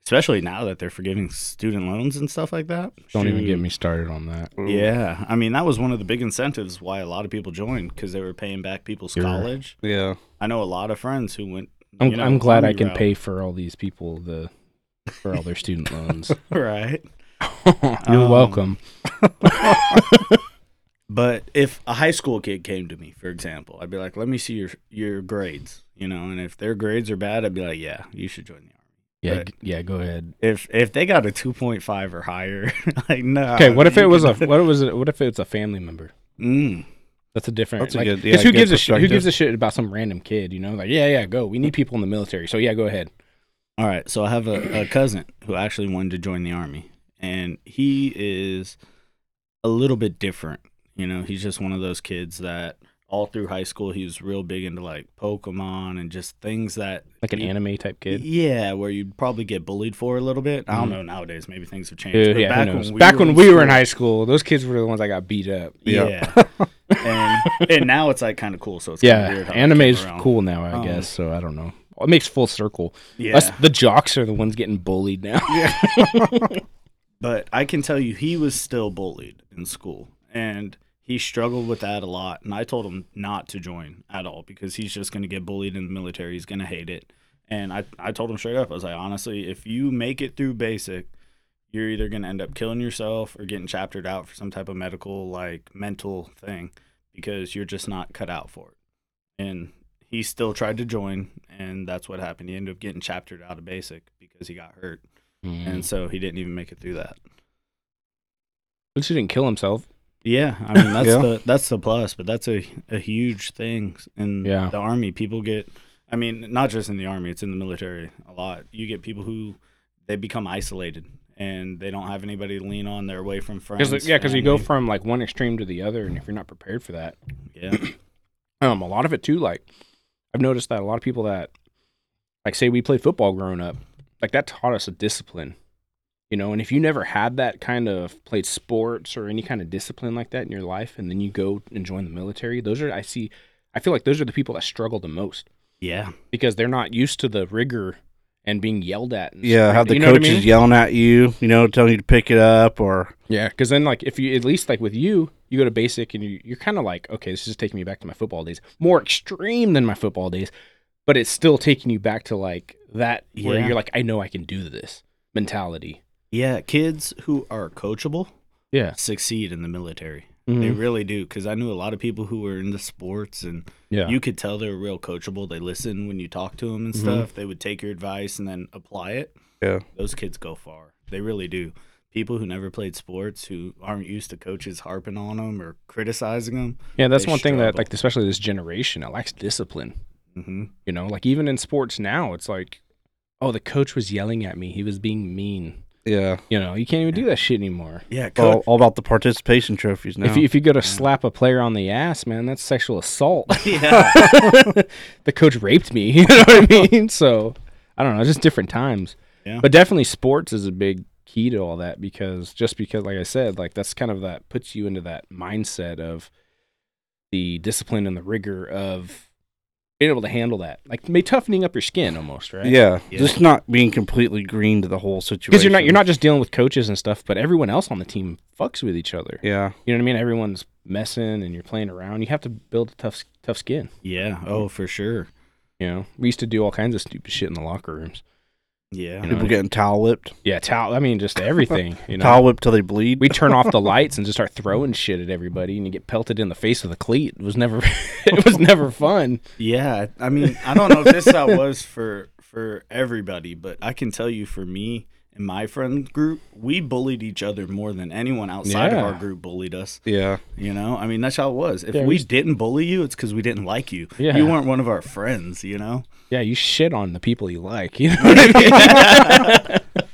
Speaker 3: especially now that they're forgiving student loans and stuff like that.
Speaker 2: Don't even
Speaker 3: Shoot.
Speaker 2: get me started on that.
Speaker 3: Yeah, I mean that was one of the big incentives why a lot of people joined because they were paying back people's
Speaker 2: You're-
Speaker 3: college.
Speaker 1: Yeah.
Speaker 3: I know a lot of friends who went.
Speaker 2: I'm,
Speaker 3: you know,
Speaker 2: I'm glad I
Speaker 3: army
Speaker 2: can
Speaker 3: route.
Speaker 2: pay for all these people the for all their student loans.
Speaker 3: [laughs] right.
Speaker 2: You're
Speaker 3: Um,
Speaker 2: welcome.
Speaker 3: But if a high school kid came to me, for example, I'd be like, "Let me see your your grades," you know. And if their grades are bad, I'd be like, "Yeah, you should join the army."
Speaker 2: Yeah,
Speaker 3: but-
Speaker 2: g- yeah. Go ahead.
Speaker 3: If if they got a two point five or higher, [laughs] like no.
Speaker 2: Okay. What if
Speaker 3: Uh, you
Speaker 2: it was a
Speaker 3: [laughs] can-
Speaker 2: what was it? What if it's a family member?
Speaker 3: Mm,
Speaker 2: That's a different.
Speaker 1: That's a
Speaker 2: like,
Speaker 1: good-
Speaker 2: 'cause
Speaker 1: yeah,
Speaker 2: who
Speaker 1: good
Speaker 2: gives a shit? Who
Speaker 1: perspective.
Speaker 2: gives a shit about some random kid? You know, like yeah, yeah, go. We need people in the military. So yeah, go ahead.
Speaker 3: all right. So I have a, a cousin who actually wanted to join the army, and he is a little bit different. You know, he's just one of those kids that all through high school he was real big into like Pokemon and just things that
Speaker 2: Like an
Speaker 3: you-
Speaker 2: anime type kid.
Speaker 3: Yeah, where you'd probably get bullied for a little bit. I
Speaker 2: Mhm.
Speaker 3: don't know nowadays. Maybe things have changed.
Speaker 2: Yeah,
Speaker 3: but
Speaker 2: yeah, who knows? back when we, were in high school, those kids were the ones that got beat up.
Speaker 3: school-
Speaker 1: yeah.
Speaker 3: yeah, and and now it's like kind of cool. So it's kinda
Speaker 2: yeah,
Speaker 3: weird how it
Speaker 2: anime
Speaker 3: came
Speaker 2: is
Speaker 3: around.
Speaker 2: cool now, I
Speaker 3: Um,
Speaker 2: guess. So I don't know. It makes full circle.
Speaker 3: Yeah,
Speaker 2: Us, the jocks are the ones getting bullied
Speaker 3: [laughs]
Speaker 2: now.
Speaker 3: but I can tell you he was still bullied in school and he struggled with that a lot and I told him not to join at all because he's just going to get bullied in the military he's going to hate it and I, I told him straight up I was like honestly if you make it through basic you're either going to end up killing yourself or getting chaptered out for some type of medical like mental thing because you're just not cut out for it and he still tried to join and that's what happened he ended up getting chaptered out of basic because he got hurt and
Speaker 2: Mm.
Speaker 3: so he didn't even make it through that.
Speaker 2: But she didn't kill himself.
Speaker 3: Yeah, I mean that's
Speaker 1: Yeah.
Speaker 3: the that's the plus, but that's a a huge thing in
Speaker 2: Yeah.
Speaker 3: the army. People get, I mean, not just in the army, it's in the military a lot. You get people who they become isolated and they don't have anybody to lean on. They're away from friends.
Speaker 2: Cause, yeah, because you go
Speaker 3: family.
Speaker 2: from like one extreme to the other, and if you're not prepared for that,
Speaker 3: yeah,
Speaker 2: um, a lot of it too. Like I've noticed that a lot of people that like say we played football growing up, like that taught us a discipline, you know. And if you never had that kind of played sports or any kind of discipline like that in your life, and then you go and join the military, those are I see, I feel like those are the people that struggle the most
Speaker 3: yeah,
Speaker 2: because they're not used to the rigor and being yelled at. and
Speaker 1: Yeah,
Speaker 2: stuff.
Speaker 1: have the
Speaker 2: You know what I
Speaker 1: coaches
Speaker 2: mean?
Speaker 1: yelling at you, you know, telling you to pick it up or
Speaker 2: Yeah, because then like if you at least like with you, you go to basic and you, you're kind of like, okay, this is taking me back to my football days. More extreme than my football days, but it's still taking you back to like that where
Speaker 3: Yeah.
Speaker 2: you're like, I know I can do this mentality.
Speaker 3: yeah. Kids who are coachable
Speaker 2: Yeah,
Speaker 3: succeed in the military. They
Speaker 2: Mm-hmm.
Speaker 3: really do because I knew a lot of people who were into sports and
Speaker 2: yeah,
Speaker 3: you could tell they were real coachable. They listen when you talk to them and
Speaker 2: Mhm.
Speaker 3: stuff. They would take your advice and then apply it.
Speaker 1: Yeah.
Speaker 3: Those kids go far. They really do. People who never played sports, who aren't used to coaches harping on them or criticizing them.
Speaker 2: yeah. That's
Speaker 3: they
Speaker 2: one thing that
Speaker 3: struggle.
Speaker 2: like especially this generation, it lacks discipline.
Speaker 3: Mm-hmm.
Speaker 2: You know, like even in sports now, it's like, oh, the coach was yelling at me. He was being mean.
Speaker 1: yeah,
Speaker 2: You know, you can't even do that shit anymore.
Speaker 3: Yeah, coach.
Speaker 1: all, all about the participation trophies now.
Speaker 2: If you, if you go to slap a player on the ass, man, that's sexual assault. [laughs]
Speaker 3: [laughs] yeah.
Speaker 2: the coach raped me. [laughs] You know what I mean? So I don't know. Just different times.
Speaker 3: Yeah.
Speaker 2: But definitely sports is a big key to all that because just because, like I said, like that's kind of that puts you into that mindset of the discipline and the rigor of being able to handle that, like may toughening up your skin almost, right?
Speaker 1: yeah,
Speaker 3: Yeah.
Speaker 1: just not being completely green to the whole situation.
Speaker 2: Because you're not you're not just dealing with coaches and stuff, but everyone else on the team fucks with each other.
Speaker 1: Yeah,
Speaker 2: You know what I mean? Everyone's messing and you're playing around. You have to build a tough tough skin.
Speaker 3: yeah. Oh, for sure.
Speaker 2: You know, we used to do all kinds of stupid shit in the locker rooms.
Speaker 3: Yeah.
Speaker 2: You know,
Speaker 1: people getting towel whipped,
Speaker 2: Yeah, towel. I mean, just everything. You know,
Speaker 1: towel whipped till they bleed.
Speaker 2: we turn off the lights and just start throwing shit at everybody, and you get pelted in the face with a cleat. It was never, [laughs] it was never fun.
Speaker 3: Yeah, I mean, I don't know if this how it was for for everybody, but I can tell you for me and my friend group, we bullied each other more than anyone outside of our
Speaker 2: Yeah.
Speaker 3: group bullied us.
Speaker 1: yeah,
Speaker 3: You know, I mean, that's how it was. If
Speaker 2: Yeah, we
Speaker 3: we
Speaker 2: used-
Speaker 3: didn't bully you, it's because we didn't like you.
Speaker 2: Yeah.
Speaker 3: You weren't one of our friends, you know?
Speaker 2: Yeah, you shit on the people you like. You know what I mean?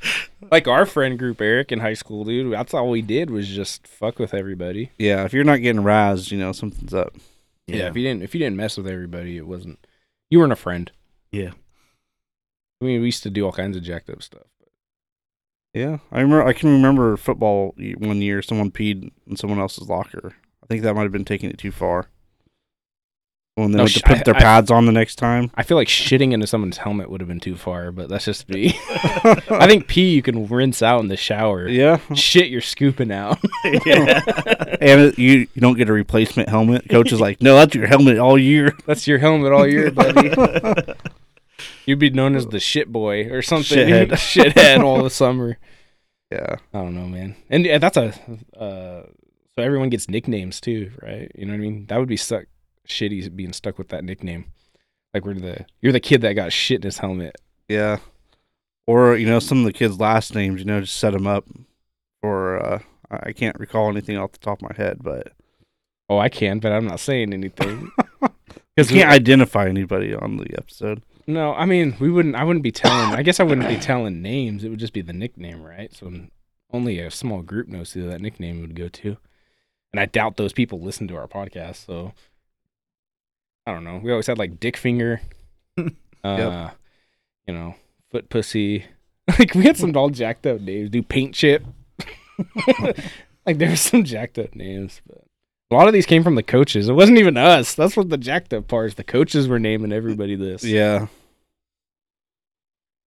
Speaker 2: [laughs] like our friend group, Eric, in high school, dude. That's all we did was just fuck with everybody.
Speaker 1: yeah. If you're not getting razzed, you know something's up.
Speaker 2: Yeah. if you didn't, if you didn't mess with everybody, it wasn't. You weren't a friend.
Speaker 3: Yeah.
Speaker 2: I mean, we used to do all kinds of jacked up stuff.
Speaker 1: Yeah, I remember. I can remember football y- one year. Someone peed in someone else's locker. I think that might have been taking it too far. When they
Speaker 2: No,
Speaker 1: went to
Speaker 2: sh-
Speaker 1: put
Speaker 2: I-
Speaker 1: their
Speaker 2: I-
Speaker 1: pads on the next time.
Speaker 2: I feel like shitting into someone's helmet would have been too far, but that's just me. [laughs] I think pee you can rinse out in the shower. [laughs]
Speaker 1: Yeah, [laughs]
Speaker 2: Shit, you're scooping out.
Speaker 1: and it, you you don't get a replacement helmet. Coach is like, no, that's your helmet
Speaker 2: [laughs]
Speaker 1: all year.
Speaker 2: That's your helmet all year,
Speaker 1: [laughs]
Speaker 2: buddy. You'd be known as the shit boy or something. [laughs]
Speaker 1: Shithead.
Speaker 2: Shithead all the summer.
Speaker 1: Yeah,
Speaker 2: I don't know, man. And yeah, that's a uh, so everyone gets nicknames too, right? You know what I mean? That would be suck shitty being stuck with that nickname. Like we're the you're the kid that got shit in his helmet.
Speaker 1: yeah. Or you know, some of the kids' last names. You know, just set them up. Or uh, I I can't recall anything off the top of my head, but
Speaker 2: Oh, I can, but I'm not saying anything.
Speaker 1: you
Speaker 2: Because
Speaker 1: can't identify anybody on the episode.
Speaker 2: No, I mean we wouldn't. I wouldn't be telling. I guess I wouldn't be telling names. It would just be the nickname, right? So only a small group knows who that nickname would go to, and I doubt those people listen to our podcast. So I don't know. We always had like dick finger, uh, you know, foot pussy. [laughs] Like we had some all jacked [laughs] up names. Do paint chip. like there were some jacked up names, but A lot of these came from the coaches. It wasn't even us. That's what the jacked up part is. The coaches were naming everybody this.
Speaker 1: Yeah.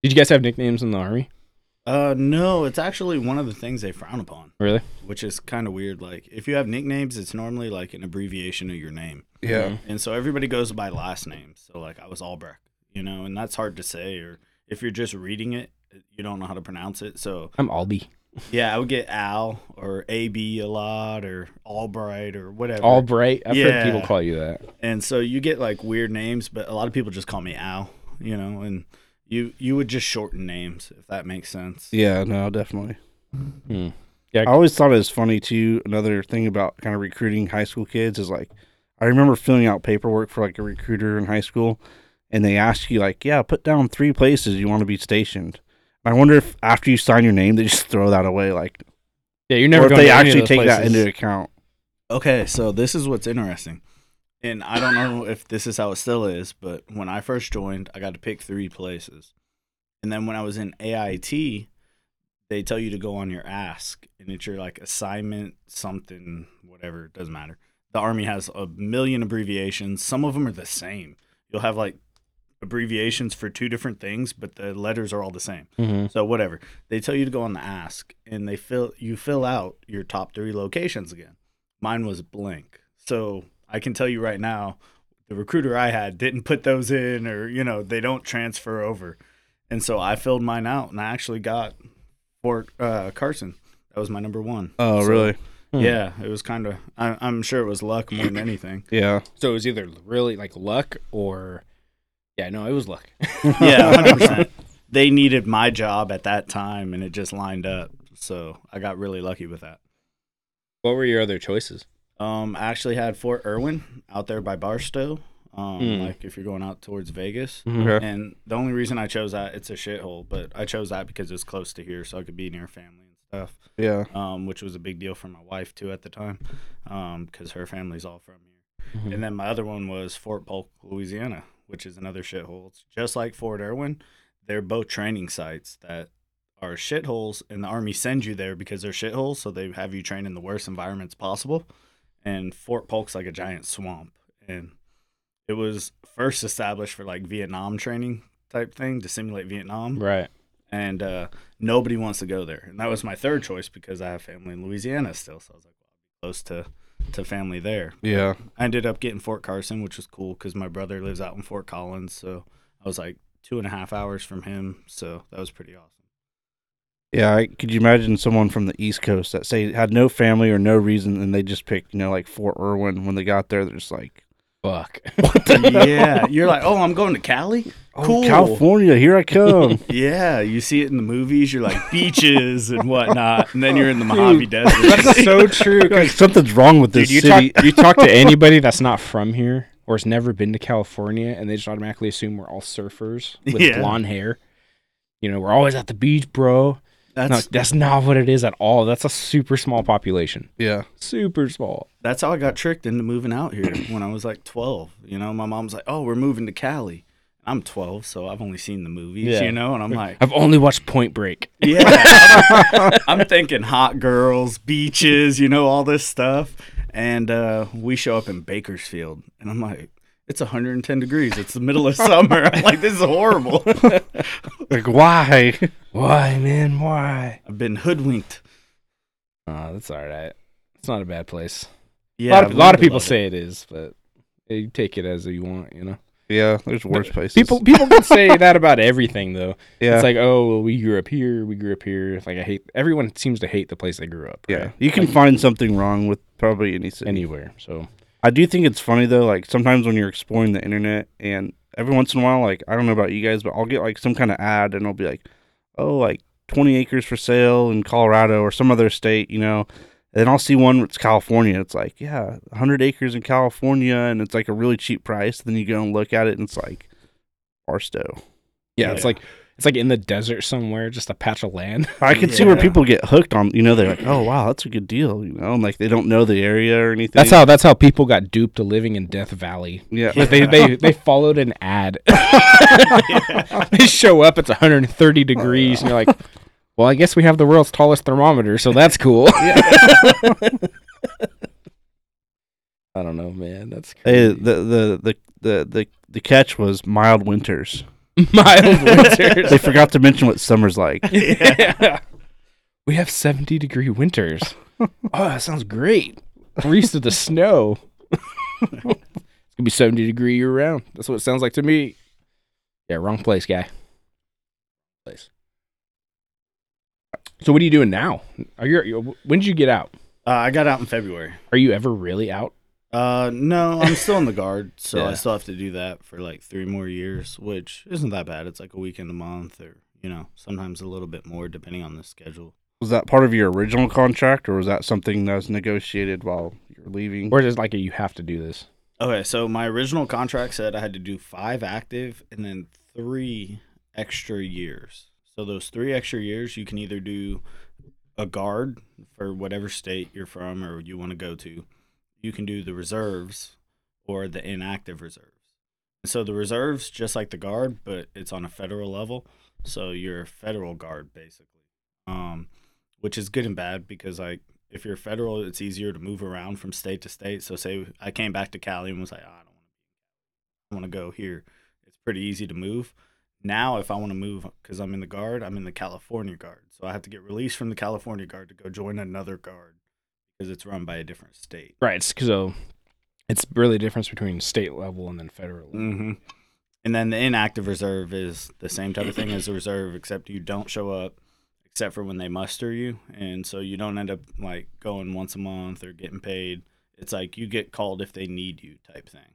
Speaker 2: Did you guys have nicknames in the army?
Speaker 3: Uh, no, it's actually one of the things they frown upon.
Speaker 2: Really?
Speaker 3: Which is kind of weird. Like, if you have nicknames, it's normally like an abbreviation of your name.
Speaker 2: Mm-hmm.
Speaker 1: Yeah.
Speaker 3: And so everybody goes by last names. So, like, I was Albrecht, you know, and that's hard to say. Or if you're just reading it, you don't know how to pronounce it. So,
Speaker 2: I'm Albie.
Speaker 3: yeah, I would get Al or AB a lot or Albright or whatever.
Speaker 2: Albright. I've heard
Speaker 3: Yeah.
Speaker 2: people call you that.
Speaker 3: and so you get like weird names, but a lot of people just call me Al, you know, and you you would just shorten names if that makes sense.
Speaker 1: Yeah, no, definitely.
Speaker 2: Hmm.
Speaker 1: I always thought it was funny too. Another thing about kind of recruiting high school kids is like, I remember filling out paperwork for like a recruiter in high school, and they ask you like, yeah, put down three places you want to be stationed. I wonder if after you sign your name, they just throw that away, like,
Speaker 2: Yeah, you're never
Speaker 1: or if
Speaker 2: going
Speaker 1: they
Speaker 2: to any of
Speaker 1: actually
Speaker 2: those
Speaker 1: take that
Speaker 2: places.
Speaker 1: into account.
Speaker 3: Okay, so this is what's interesting. And I don't know if this is how it still is, but when I first joined, I got to pick three places. And then when I was in AIT, they tell you to go on your ask, and it's your like assignment, something, whatever, it doesn't matter. The Army has a million abbreviations. Some of them are the same. You'll have like abbreviations for two different things, but the letters are all the same.
Speaker 2: Mhm.
Speaker 3: So whatever. They tell you to go on the ask and they fill you fill out your top three locations again. Mine was blank. So I can tell you right now, the recruiter I had didn't put those in or, you know, they don't transfer over. And so I filled mine out and I actually got Fort uh, Carson. That was my number one.
Speaker 1: Oh,
Speaker 3: So,
Speaker 1: really?
Speaker 2: Hmm.
Speaker 3: Yeah, it was kind of. I'm sure it was luck more
Speaker 2: [laughs]
Speaker 3: than anything.
Speaker 1: Yeah.
Speaker 2: So it was either really like luck or. Yeah, no, it was luck. [laughs]
Speaker 3: [laughs] Yeah, 100%. they needed my job at that time, and it just lined up. So I got really lucky with that.
Speaker 2: what were your other choices?
Speaker 3: Um, I actually had Fort Irwin out there by Barstow. Um,
Speaker 2: Hmm.
Speaker 3: like if you're going out towards Vegas.
Speaker 2: Mm-hmm.
Speaker 1: Okay.
Speaker 3: And the only reason I chose that, it's a shithole, but I chose that because it's close to here, so I could be near family and stuff.
Speaker 1: Yeah.
Speaker 3: Um, which was a big deal for my wife too at the time, um, because her family's all from here.
Speaker 2: Mm-hmm.
Speaker 1: Mm-hmm.
Speaker 3: And then my other one was Fort Polk, Louisiana, which is another shithole. It's just like Fort Irwin. They're both training sites that are shitholes, and the Army sends you there because they're shitholes. So they have you train in the worst environments possible. And Fort Polk's like a giant swamp. And it was first established for like Vietnam training type thing to simulate Vietnam
Speaker 2: Right.
Speaker 3: and uh, nobody wants to go there. And that was my third choice because I have family in Louisiana still, so I was like, well, I'll be close to to family there.
Speaker 1: Yeah.
Speaker 3: I ended up getting Fort Carson, which was cool because my brother lives out in Fort Collins, so I was like two and a half hours from him, so that was
Speaker 2: [laughs]
Speaker 3: pretty awesome.
Speaker 1: Yeah. I, could you imagine someone from the East Coast that say had no family or no reason, and they just picked, you know, like Fort Irwin when they got there? They're just like,
Speaker 2: Fuck. [laughs]
Speaker 3: yeah, you're like, oh, I'm going to Cali.
Speaker 1: oh,
Speaker 3: Cool.
Speaker 1: California, here I [laughs] come.
Speaker 3: Yeah, you see it in the movies. You're like beaches and whatnot, and then you're in the
Speaker 2: [laughs]
Speaker 3: Mojave Desert.
Speaker 2: That's [laughs] so true.
Speaker 1: like, [laughs] something's wrong with this
Speaker 2: Dude, you
Speaker 1: city.
Speaker 2: talk you talk
Speaker 1: [laughs]
Speaker 2: to anybody that's not from here or has never been to California, and they just automatically assume we're all surfers with
Speaker 3: Yeah.
Speaker 2: blonde hair. You know, we're always at the beach, bro. No,
Speaker 3: [laughs] That's
Speaker 2: that's not what it is at all. That's a super small population.
Speaker 1: yeah.
Speaker 2: Super small.
Speaker 3: that's how I got tricked into moving out here when I was like 12. You know, my mom's like, "Oh, we're moving to Cali." I'm 12, so I've only seen the movies,
Speaker 2: Yeah.
Speaker 3: you know, and I'm like,
Speaker 2: I've only watched Point Break.
Speaker 3: "Yeah."
Speaker 2: [laughs]
Speaker 3: I'm thinking hot girls, beaches, you know, all this stuff. And uh, we show up in Bakersfield, and I'm like, "It's 110 degrees. It's the
Speaker 2: [laughs]
Speaker 3: middle of summer." I'm like, "This is horrible."
Speaker 1: Like, why? [laughs]
Speaker 2: Why, man? Why?
Speaker 3: I've been hoodwinked.
Speaker 2: Oh, that's all right. It's not a bad place.
Speaker 3: Yeah,
Speaker 2: a lot
Speaker 3: I've
Speaker 2: of, a lot
Speaker 3: learned
Speaker 2: of people
Speaker 3: love it.
Speaker 2: say it is, but you take it as you want. You know,
Speaker 1: Yeah. There's worse places.
Speaker 2: people people can say that about everything, though.
Speaker 1: Yeah.
Speaker 2: It's like, oh, well, we grew up here. We grew up here. It's Like I hate everyone seems to hate the place they grew up.
Speaker 1: yeah.
Speaker 2: right?
Speaker 1: You can find something wrong with probably any city.
Speaker 2: anywhere. So
Speaker 1: I do think it's funny though, like sometimes when you're exploring the internet and every once in a while, like I don't know about you guys, but I'll get like some kind of ad and it'll be like, Oh, like twenty acres for sale in Colorado or some other state, you know. And then I'll see one that's California. It's like, yeah, hundred acres in California and it's like a really cheap price. Then you go and look at it and it's like Barstow.
Speaker 2: yeah,
Speaker 3: Yeah.
Speaker 2: it's like it's like in the desert somewhere, just a patch of land.
Speaker 1: I can see where
Speaker 3: Yeah.
Speaker 1: people get hooked on you know, they're like, Oh wow, that's a good deal, you know, and like they don't know the area or anything.
Speaker 2: That's how that's how people got duped to living in Death Valley.
Speaker 1: yeah.
Speaker 2: But they, they, they followed an ad. [laughs] they show up, it's 130 degrees, and you're like, well, I guess we have the [laughs] world's tallest thermometer, so that's cool. I don't know, man. That's
Speaker 1: They,
Speaker 2: crazy.
Speaker 1: the, the the the the the catch was mild [laughs] winters.
Speaker 2: mild winters.
Speaker 1: They forgot to mention what summer's like.
Speaker 3: [laughs]
Speaker 2: yeah. We have 70 degree [laughs] winters. oh, that sounds great. We're used to the snow. it's going to be 70 degree year round. That's what it sounds like to me. Yeah, wrong place, guy. Place. So what are you doing now? Are you- are you when did you get out?
Speaker 3: Uh, I got out in February.
Speaker 2: Are you ever really out?
Speaker 3: Uh, no, I'm still in the guard, so
Speaker 2: Yeah.
Speaker 3: I still have to do that for like three more years, which isn't that bad. It's like a weekend a month, or you know, sometimes a little bit more depending on the schedule.
Speaker 1: Was that part of your original contract, or was that something that was negotiated while you're leaving?
Speaker 2: Or is it like you have to do this?
Speaker 3: Okay, so my original contract said I had to do five active and then three extra years. So those three extra years, you can either do a guard for whatever state you're from or you want to go to. You can do the reserves or the inactive reserves. So the reserves, just like the guard, but it's on a federal level. So you're a federal guard basically, um, which is good and bad because like if you're federal, it's easier to move around from state to state. So say I came back to Cali and was like, "Ah, I don't want to, I want to go here. It's pretty easy to move. Now, if I want to move because I'm in the guard, I'm in the California guard, so I have to get released from the California guard to go join another guard because it's run by a different state.
Speaker 2: Right, it's so it's really the difference between state level and then federal. level.
Speaker 3: Mm-hmm. And then the inactive reserve is the same type of thing as the reserve, except you don't show up except for when they muster you. And so you don't end up like going once a month or getting paid. It's like you get called if they need you type thing.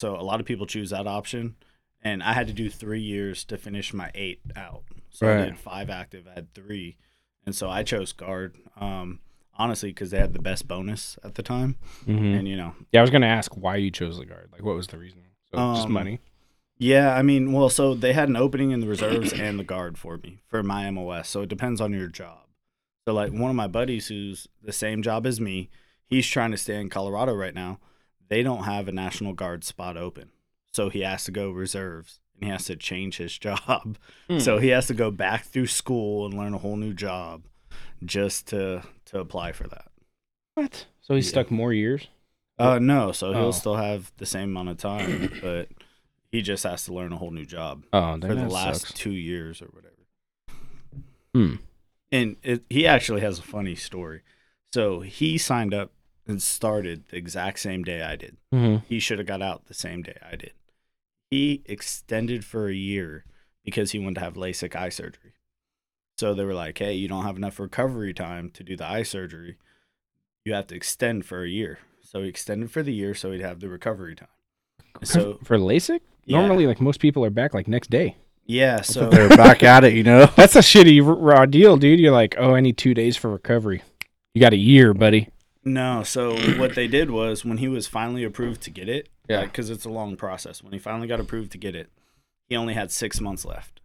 Speaker 3: So a lot of people choose that option. And I had to do three years to finish my eight out. So I
Speaker 1: Right.
Speaker 3: did five active, I had three. And so I chose guard, um, honestly, because they had the best bonus at the time.
Speaker 2: Mhm.
Speaker 3: And, you know,
Speaker 2: Yeah, I was gonna ask why you chose the guard. Like, what was the reason? So just
Speaker 3: Um,
Speaker 2: money.
Speaker 3: Yeah, I mean, well, so they had an opening in the reserves and the guard for me for my MOS. So it depends on your job. So like one of my buddies who's the same job as me, he's trying to stay in Colorado right now. They don't have a National Guard spot open. So he has to go reserves and he has to change his [laughs] job.
Speaker 2: Hmm.
Speaker 3: So he has to go back through school and learn a whole new job just to to apply for that.
Speaker 2: what? So he's
Speaker 3: Yeah.
Speaker 2: stuck more years.
Speaker 3: Uh no, so he'll
Speaker 2: Oh.
Speaker 3: still have the same amount of time, but he just has to learn a whole new job
Speaker 2: Oh,
Speaker 3: for the last two years or whatever.
Speaker 2: Hmm.
Speaker 3: And it, he actually has a funny story. So he signed up and started the exact same day I did.
Speaker 2: Mm-hmm.
Speaker 3: He should have got out the same day I did. He extended for a year because he wanted to have LASIK eye surgery. So they were like, hey, you don't have enough recovery time to do the eye surgery. You have to extend for a year. So he extended for the year so he'd have the recovery time. [laughs] So
Speaker 2: for LASIK, [laughs]
Speaker 3: yeah,
Speaker 2: normally like most people are back like next day.
Speaker 3: yeah, so
Speaker 1: They're back at it, you know.
Speaker 2: That's a shitty r- raw deal, dude. You're like, oh, I need two days for recovery. You got a year, buddy.
Speaker 3: No, so what they did was when he was finally approved to get it,
Speaker 2: Yeah.
Speaker 3: because it's a long process. When he finally got approved to get it, he only had six months left,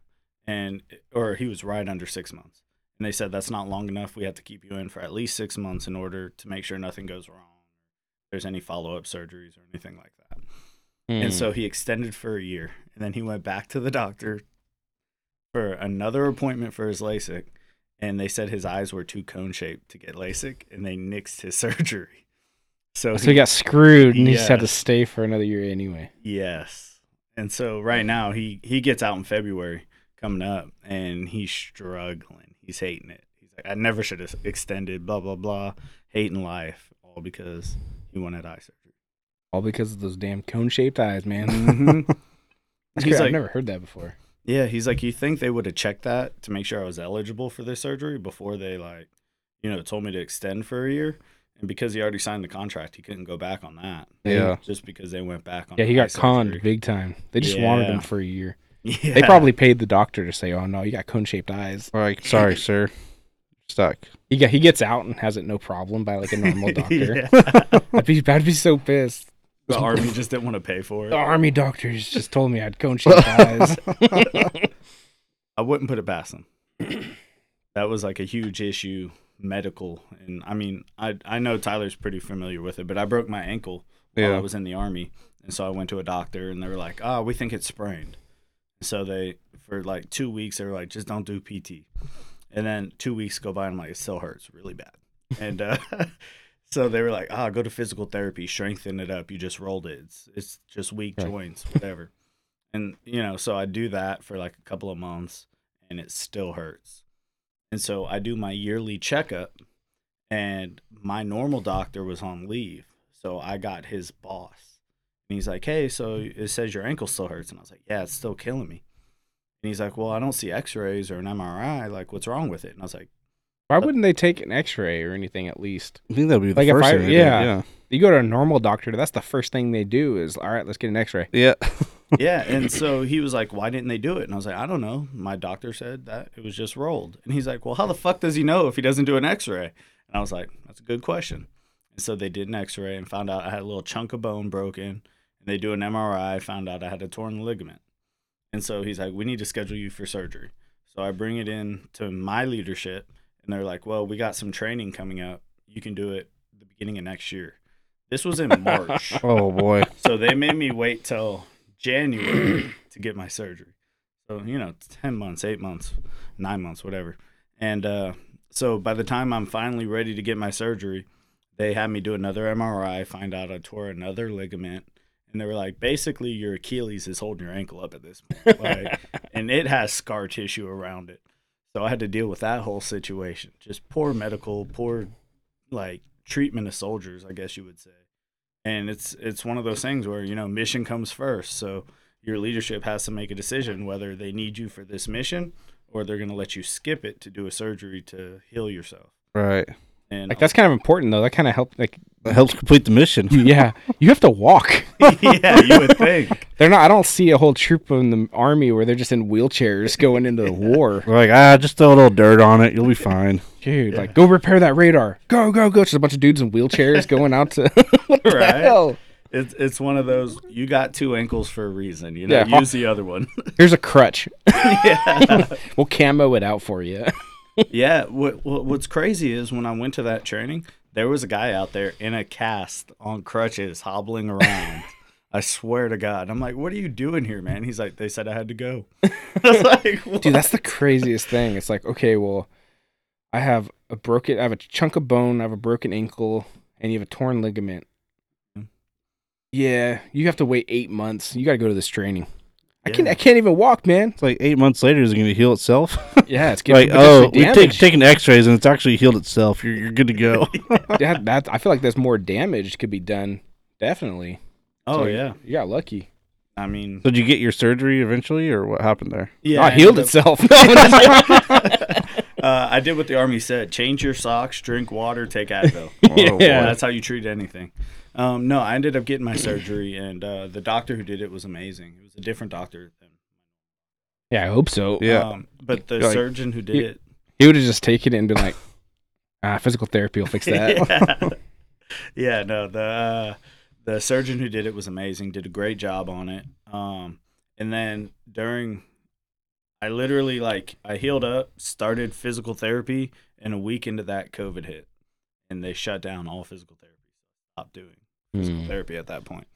Speaker 3: and or he was right under six months. And they said that's not long enough. We have to keep you in for at least six months in order to make sure nothing goes wrong. There's any follow up surgeries or anything like that.
Speaker 2: Mm. Hmm.
Speaker 3: And so he extended for a year. And then he went back to the doctor for another appointment for his LASIK. And they said his eyes were too cone shaped to get LASIK and they nixed his [laughs] surgery. So,
Speaker 2: so
Speaker 3: he-
Speaker 2: he got screwed, and he just had to
Speaker 3: Yes.
Speaker 2: stay for another year anyway.
Speaker 3: yes. And so right now he, he gets out in February coming up and he's struggling. He's hating it. He's like, I never should have extended, blah, blah, blah. Hating life, all because he wanted eye surgery.
Speaker 2: All because of those damn cone-shaped eyes,
Speaker 3: [laughs]
Speaker 2: man.
Speaker 3: Mhm.
Speaker 2: [laughs] That's
Speaker 3: He's
Speaker 2: crazy. I've
Speaker 3: like-
Speaker 2: never heard that before.
Speaker 3: Yeah, he's like, you think they would have checked that to make sure I was eligible for this surgery before they like, you know, told me to extend for a year, and because he already signed the contract, he couldn't go back on that.
Speaker 1: Yeah.
Speaker 3: Just because they went back on.
Speaker 2: Yeah, he
Speaker 3: eye
Speaker 2: got conned
Speaker 3: [laughs] surgery.
Speaker 2: big time. They just wanted
Speaker 3: Yeah.
Speaker 2: him for a
Speaker 3: [laughs]
Speaker 2: year.
Speaker 3: Yeah.
Speaker 2: They probably paid the doctor to say, "Oh no, you got cone-shaped eyes."
Speaker 1: [laughs] Like, [laughs] sorry, sir, stuck.
Speaker 2: He get, he gets out and has it no problem by like a
Speaker 3: [laughs]
Speaker 2: normal doctor.
Speaker 3: Yeah.
Speaker 2: I'd be I'd be so pissed.
Speaker 3: the army
Speaker 2: [laughs]
Speaker 3: just didn't want to pay for
Speaker 2: The
Speaker 3: it.
Speaker 2: army doctors just told me I had cone shaped eyes.
Speaker 3: I wouldn't put it past them. That was like a huge issue, medical, and I mean, I I know Tyler's pretty familiar with it, but I broke my ankle while I
Speaker 1: Yeah,
Speaker 3: was in the army. And so I went to a doctor and they were like, oh, we think it's sprained. So they, for like two weeks, they were like, just don't do PT. And then two weeks go by and I'm like, it still hurts really bad. And uh, [laughs] So they were like, ah, go to physical therapy, strengthen it up. You just rolled it. It's, it's just weak
Speaker 2: Right.
Speaker 3: joints, whatever. and, you know, so I do that for like a couple of months and it still hurts. And so I do my yearly checkup and my normal doctor was on leave. So I got his boss and he's like, hey, so it says your ankle still hurts. And I was like, yeah, it's still killing me. And he's like, well, I don't see x rays or an MRI. Like, what's wrong with it? And I was like,
Speaker 2: [laughs] Why wouldn't they take an X-ray or anything at least?
Speaker 1: I think that'd be the
Speaker 2: Like, if
Speaker 1: first
Speaker 2: I-
Speaker 1: thing. they do,
Speaker 2: yeah.
Speaker 1: yeah,
Speaker 2: You go to a normal doctor, that's the first thing they do is, all right, let's get an X-ray.
Speaker 1: yeah. [laughs]
Speaker 3: yeah and so he was like why didn't they do it and i was like i don't know my doctor said that it was just rolled and he's like well how the fuck does he know if he doesn't do an x-ray and i was like that's a good question and so they did an x-ray and found out i had a little chunk of bone broken and they do an mri found out i had a torn ligament and so he's like we need to schedule you for surgery so i bring it in to my leadership and they're like well we got some training coming up you can do it the beginning of next year this was in march
Speaker 1: Oh boy.
Speaker 3: so they made me wait till January to get my surgery. So, you know, it's 10 months, eight months, nine months, whatever. And uh, so by the time I'm finally ready to get my surgery, they had me do another MRI, find out I tore another ligament. And they were like, basically, your Achilles is holding your ankle up at this point. Like, and it has scar tissue around it. So I had to deal with that whole situation. Just poor medical, poor like treatment of soldiers, I guess you would say and it's it's one of those things where you know mission comes first so your leadership has to make a decision whether they need you for this mission or they're going to let you skip it to do a surgery to heal yourself
Speaker 1: Right.
Speaker 3: and
Speaker 2: Like that's [laughs] kind of important though. That kind of helped. Like,
Speaker 1: That helps complete the mission. [laughs]
Speaker 2: yeah, you have to walk.
Speaker 3: [laughs] yeah you would think
Speaker 2: They're not. I don't see a whole troop in the army where they're just in wheelchairs going into the war.
Speaker 1: We're like, ah, just throw a little dirt on it. You'll be fine.
Speaker 2: Dude, like go repair that radar. Go, go, go. Just a bunch of dudes in wheelchairs going out to [laughs] [laughs] what the
Speaker 3: Right.
Speaker 2: hell?
Speaker 3: it's it's one of those you got two ankles for a reason you know
Speaker 2: Yeah.
Speaker 3: use the other one
Speaker 2: Here's a crutch.
Speaker 3: yeah
Speaker 2: [laughs] We'll camo it out for you.
Speaker 3: yeah what, what what's crazy is when i went to that training there was a guy out there in a cast on crutches hobbling around i swear to god i'm like what are you doing here man he's like they said i had to go [laughs] I was like, "What?"
Speaker 2: Dude, that's the craziest thing. It's like, okay, well, I have a broken, I have a chunk of bone, I have a broken ankle, and you have a torn ligament.
Speaker 3: Mm.
Speaker 2: Yeah, you have to wait eight months. You got to go to this training. I can
Speaker 3: Yeah.
Speaker 2: I can't even walk, man.
Speaker 1: It's like eight months later, is it going to heal itself? [laughs]
Speaker 2: [laughs] Yeah, it's getting
Speaker 1: like, oh, we
Speaker 2: damage.
Speaker 1: take taking X-rays and it's actually healed itself. You're you're good to go.
Speaker 2: that, that, I feel like there's more damage could be done. Definitely.
Speaker 3: Oh
Speaker 2: So
Speaker 3: yeah.
Speaker 2: you got lucky.
Speaker 3: I mean,
Speaker 1: so did you get your surgery eventually, or what happened there?
Speaker 3: yeah.
Speaker 2: oh, it
Speaker 3: I
Speaker 2: healed
Speaker 3: ended up-
Speaker 2: itself. No, I'm just joking.
Speaker 3: [laughs] Uh, I did what the army said: change your socks, drink water, take Advil.
Speaker 1: Oh,
Speaker 2: [laughs]
Speaker 1: boy.
Speaker 2: [laughs] Yeah.
Speaker 3: Well, that's how you treat anything. Um, no, I ended up getting my surgery, and uh, the doctor who did it was amazing. It was a different doctor. Than,
Speaker 2: [laughs]
Speaker 1: [laughs]
Speaker 2: yeah, I hope so.
Speaker 1: Yeah.
Speaker 3: Um, but the
Speaker 1: You're like-
Speaker 3: surgeon who did
Speaker 2: You-
Speaker 3: it,
Speaker 2: He would have just taken it and been like, ah, physical therapy will
Speaker 3: [laughs]
Speaker 2: fix that. [laughs]
Speaker 3: yeah. yeah, no, the uh, the surgeon who did it was amazing. Did a great job on it. Um, and then during, I literally like I healed up, started physical therapy, and a week into that, COVID hit, and they shut down all physical therapy. Stopped doing physical
Speaker 2: Hmm.
Speaker 3: therapy at that point.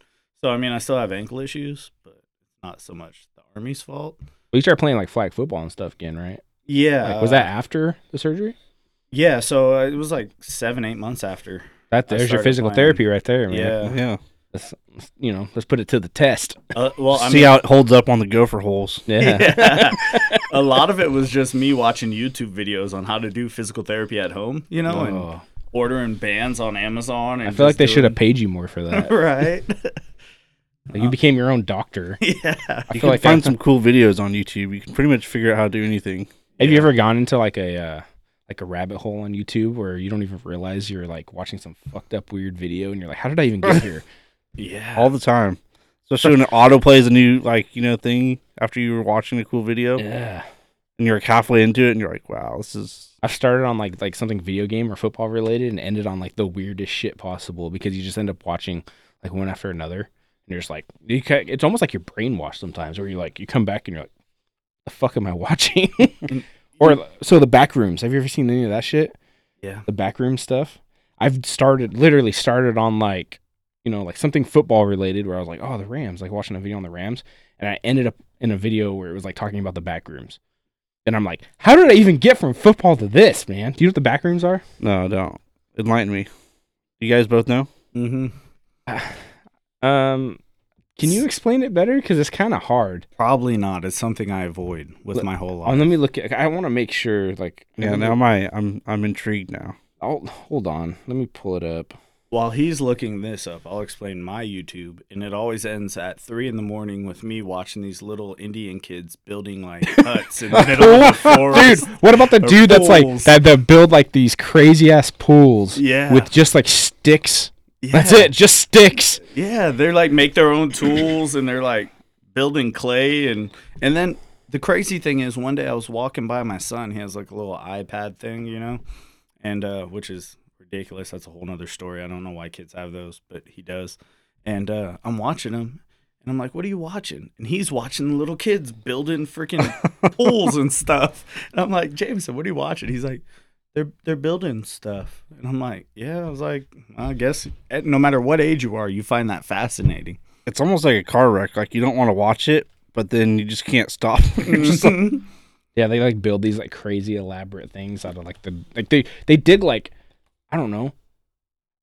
Speaker 3: So I mean, I still have ankle issues, but it's not so much the army's fault.
Speaker 2: Well, you started playing like flag football and stuff again, right?
Speaker 3: Yeah, uh,
Speaker 2: Like, was that after the surgery?
Speaker 3: Yeah, so it was like seven, eight months after.
Speaker 2: That
Speaker 3: I
Speaker 2: there's your
Speaker 3: started
Speaker 2: physical
Speaker 3: playing.
Speaker 2: therapy right there, man. [laughs]
Speaker 3: Yeah.
Speaker 1: Yeah.
Speaker 2: Let's, you know, let's put it to the test.
Speaker 3: Uh, well, I
Speaker 1: See
Speaker 3: mean,
Speaker 1: how it holds up on the gopher holes.
Speaker 2: Yeah.
Speaker 3: Yeah. a lot of it was just me watching YouTube videos on how to do physical therapy at home, you know, and
Speaker 2: Oh.
Speaker 3: ordering bands on Amazon. And
Speaker 2: I feel like
Speaker 3: just
Speaker 2: they should have
Speaker 3: doing-
Speaker 2: paid you more for [laughs] that.
Speaker 3: [laughs] Right.
Speaker 2: Like, you became your own doctor.
Speaker 3: yeah.
Speaker 2: I feel
Speaker 1: You can
Speaker 2: like
Speaker 1: find
Speaker 2: that-
Speaker 1: some cool videos on YouTube. You can pretty much figure out how to do anything.
Speaker 2: Have you ever gone into like a uh, like a rabbit hole on YouTube where you don't even realize you're like watching some fucked up weird video and you're like, how did I even get here?
Speaker 3: Yeah.
Speaker 1: all the time. Especially when it autoplays a new like you know thing after you were watching a cool video
Speaker 2: yeah.
Speaker 1: and you're like halfway into it and you're like, wow, this is
Speaker 2: I've started on like like something video game or football related and ended on like the weirdest shit possible because you just end up watching like one after another and you're just like you ca- it's almost like you're brainwashed sometimes where you're like you come back and you're like the fuck am I watching [laughs] or so the back rooms have you ever seen any of that shit
Speaker 3: Yeah.
Speaker 2: the backroom stuff. I've started literally started on like you know like something football related where I was like oh the Rams like watching a video on the Rams and I ended up in a video where it was like talking about the back rooms. And I'm like, how did I even get from football to this, man? Do you know what the back rooms are?
Speaker 1: no, don't enlighten me. You guys both know?
Speaker 3: Mm-hmm.
Speaker 2: Um, can you explain it better? Because it's kind of hard.
Speaker 3: Probably not. It's something I avoid with
Speaker 2: Let-
Speaker 3: my whole
Speaker 2: Oh,
Speaker 3: life.
Speaker 2: let me look. At, I want to make sure. Like,
Speaker 1: Yeah.
Speaker 2: let me-
Speaker 1: Now my I'm I'm intrigued now.
Speaker 2: I'll- hold on. Let me pull it up.
Speaker 3: While he's looking this up, I'll explain my YouTube, and it always ends at three in the morning with me watching these little Indian kids building like
Speaker 2: [laughs]
Speaker 3: huts in the middle of the
Speaker 2: Dude,
Speaker 3: forest.
Speaker 2: what about the
Speaker 3: Or
Speaker 2: dude that's like
Speaker 3: pools.
Speaker 2: that? That build like these crazy ass pools
Speaker 3: Yeah.
Speaker 2: with just like sticks.
Speaker 3: yeah,
Speaker 2: That's it, just sticks.
Speaker 3: Yeah, they're like make their own tools, and they're like building clay, and and then the crazy thing is, one day I was walking by my son. He has like a little iPad thing, you know, and uh, which is ridiculous. That's a whole nother story. I don't know why kids have those, but he does. And uh, I'm watching him, and I'm like, "What are you watching?" And he's watching the little kids building freaking pools and stuff. And I'm like, "Jameson, what are you watching?" He's like, "They're they're building stuff." And I'm like, "Yeah." I was like, "I guess at, no matter what age you are, you find
Speaker 2: [laughs]
Speaker 3: that fascinating."
Speaker 1: It's almost like a car wreck. Like you don't want to watch it, but then you just can't stop. [laughs] You're just like,
Speaker 2: Yeah, they like build these like crazy elaborate things out of like the like they they dig like I don't know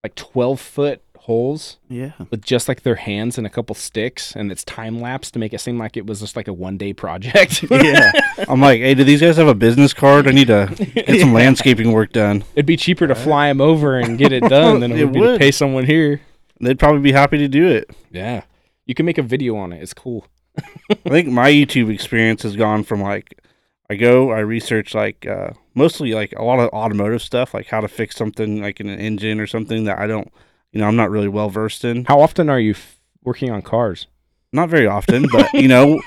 Speaker 2: like twelve foot holes
Speaker 3: [laughs] yeah.
Speaker 2: with just like their hands and a couple sticks, and it's time lapse to make it seem like it was just like a one day
Speaker 1: [laughs]
Speaker 2: project. [laughs]
Speaker 3: Yeah.
Speaker 1: I'm like, hey, do these guys have a business card? I
Speaker 2: [laughs]
Speaker 1: need to get some landscaping work done.
Speaker 2: It'd be cheaper to fly them over and
Speaker 1: [laughs]
Speaker 2: get it done than it,
Speaker 1: It
Speaker 2: would be to
Speaker 1: would.
Speaker 2: pay someone here.
Speaker 1: They'd probably be happy to do it.
Speaker 2: Yeah, you can make a video on it. It's cool.
Speaker 1: I think my YouTube experience has gone from like I go, I research like uh, mostly like a lot of automotive stuff, like how to fix something like in an engine or something that I don't, you know, I'm not really well versed in.
Speaker 2: How often are you f- working on cars?
Speaker 1: Not very often, but
Speaker 2: [laughs]
Speaker 1: you know,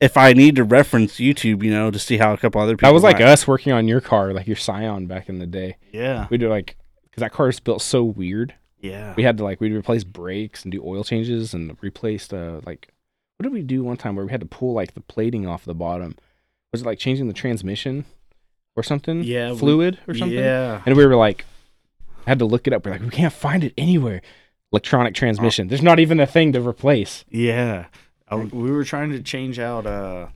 Speaker 1: if I need to reference YouTube, you know, to see how a couple other people
Speaker 2: That was like
Speaker 1: might-
Speaker 2: us working on your car, like your Scion back in the day.
Speaker 3: Yeah.
Speaker 2: We did like because that car is built so weird.
Speaker 3: Yeah.
Speaker 2: we had to like we'd replace brakes and do oil changes and replaced uh like what did we do one time where we had to pull like the plating off the bottom was it like changing the transmission or something
Speaker 3: Yeah, we-
Speaker 2: fluid or something
Speaker 3: Yeah.
Speaker 2: and we were like had to look it up we're like we can't find it anywhere electronic transmission there's not even a thing to replace
Speaker 3: Yeah. I, we were trying to change out uh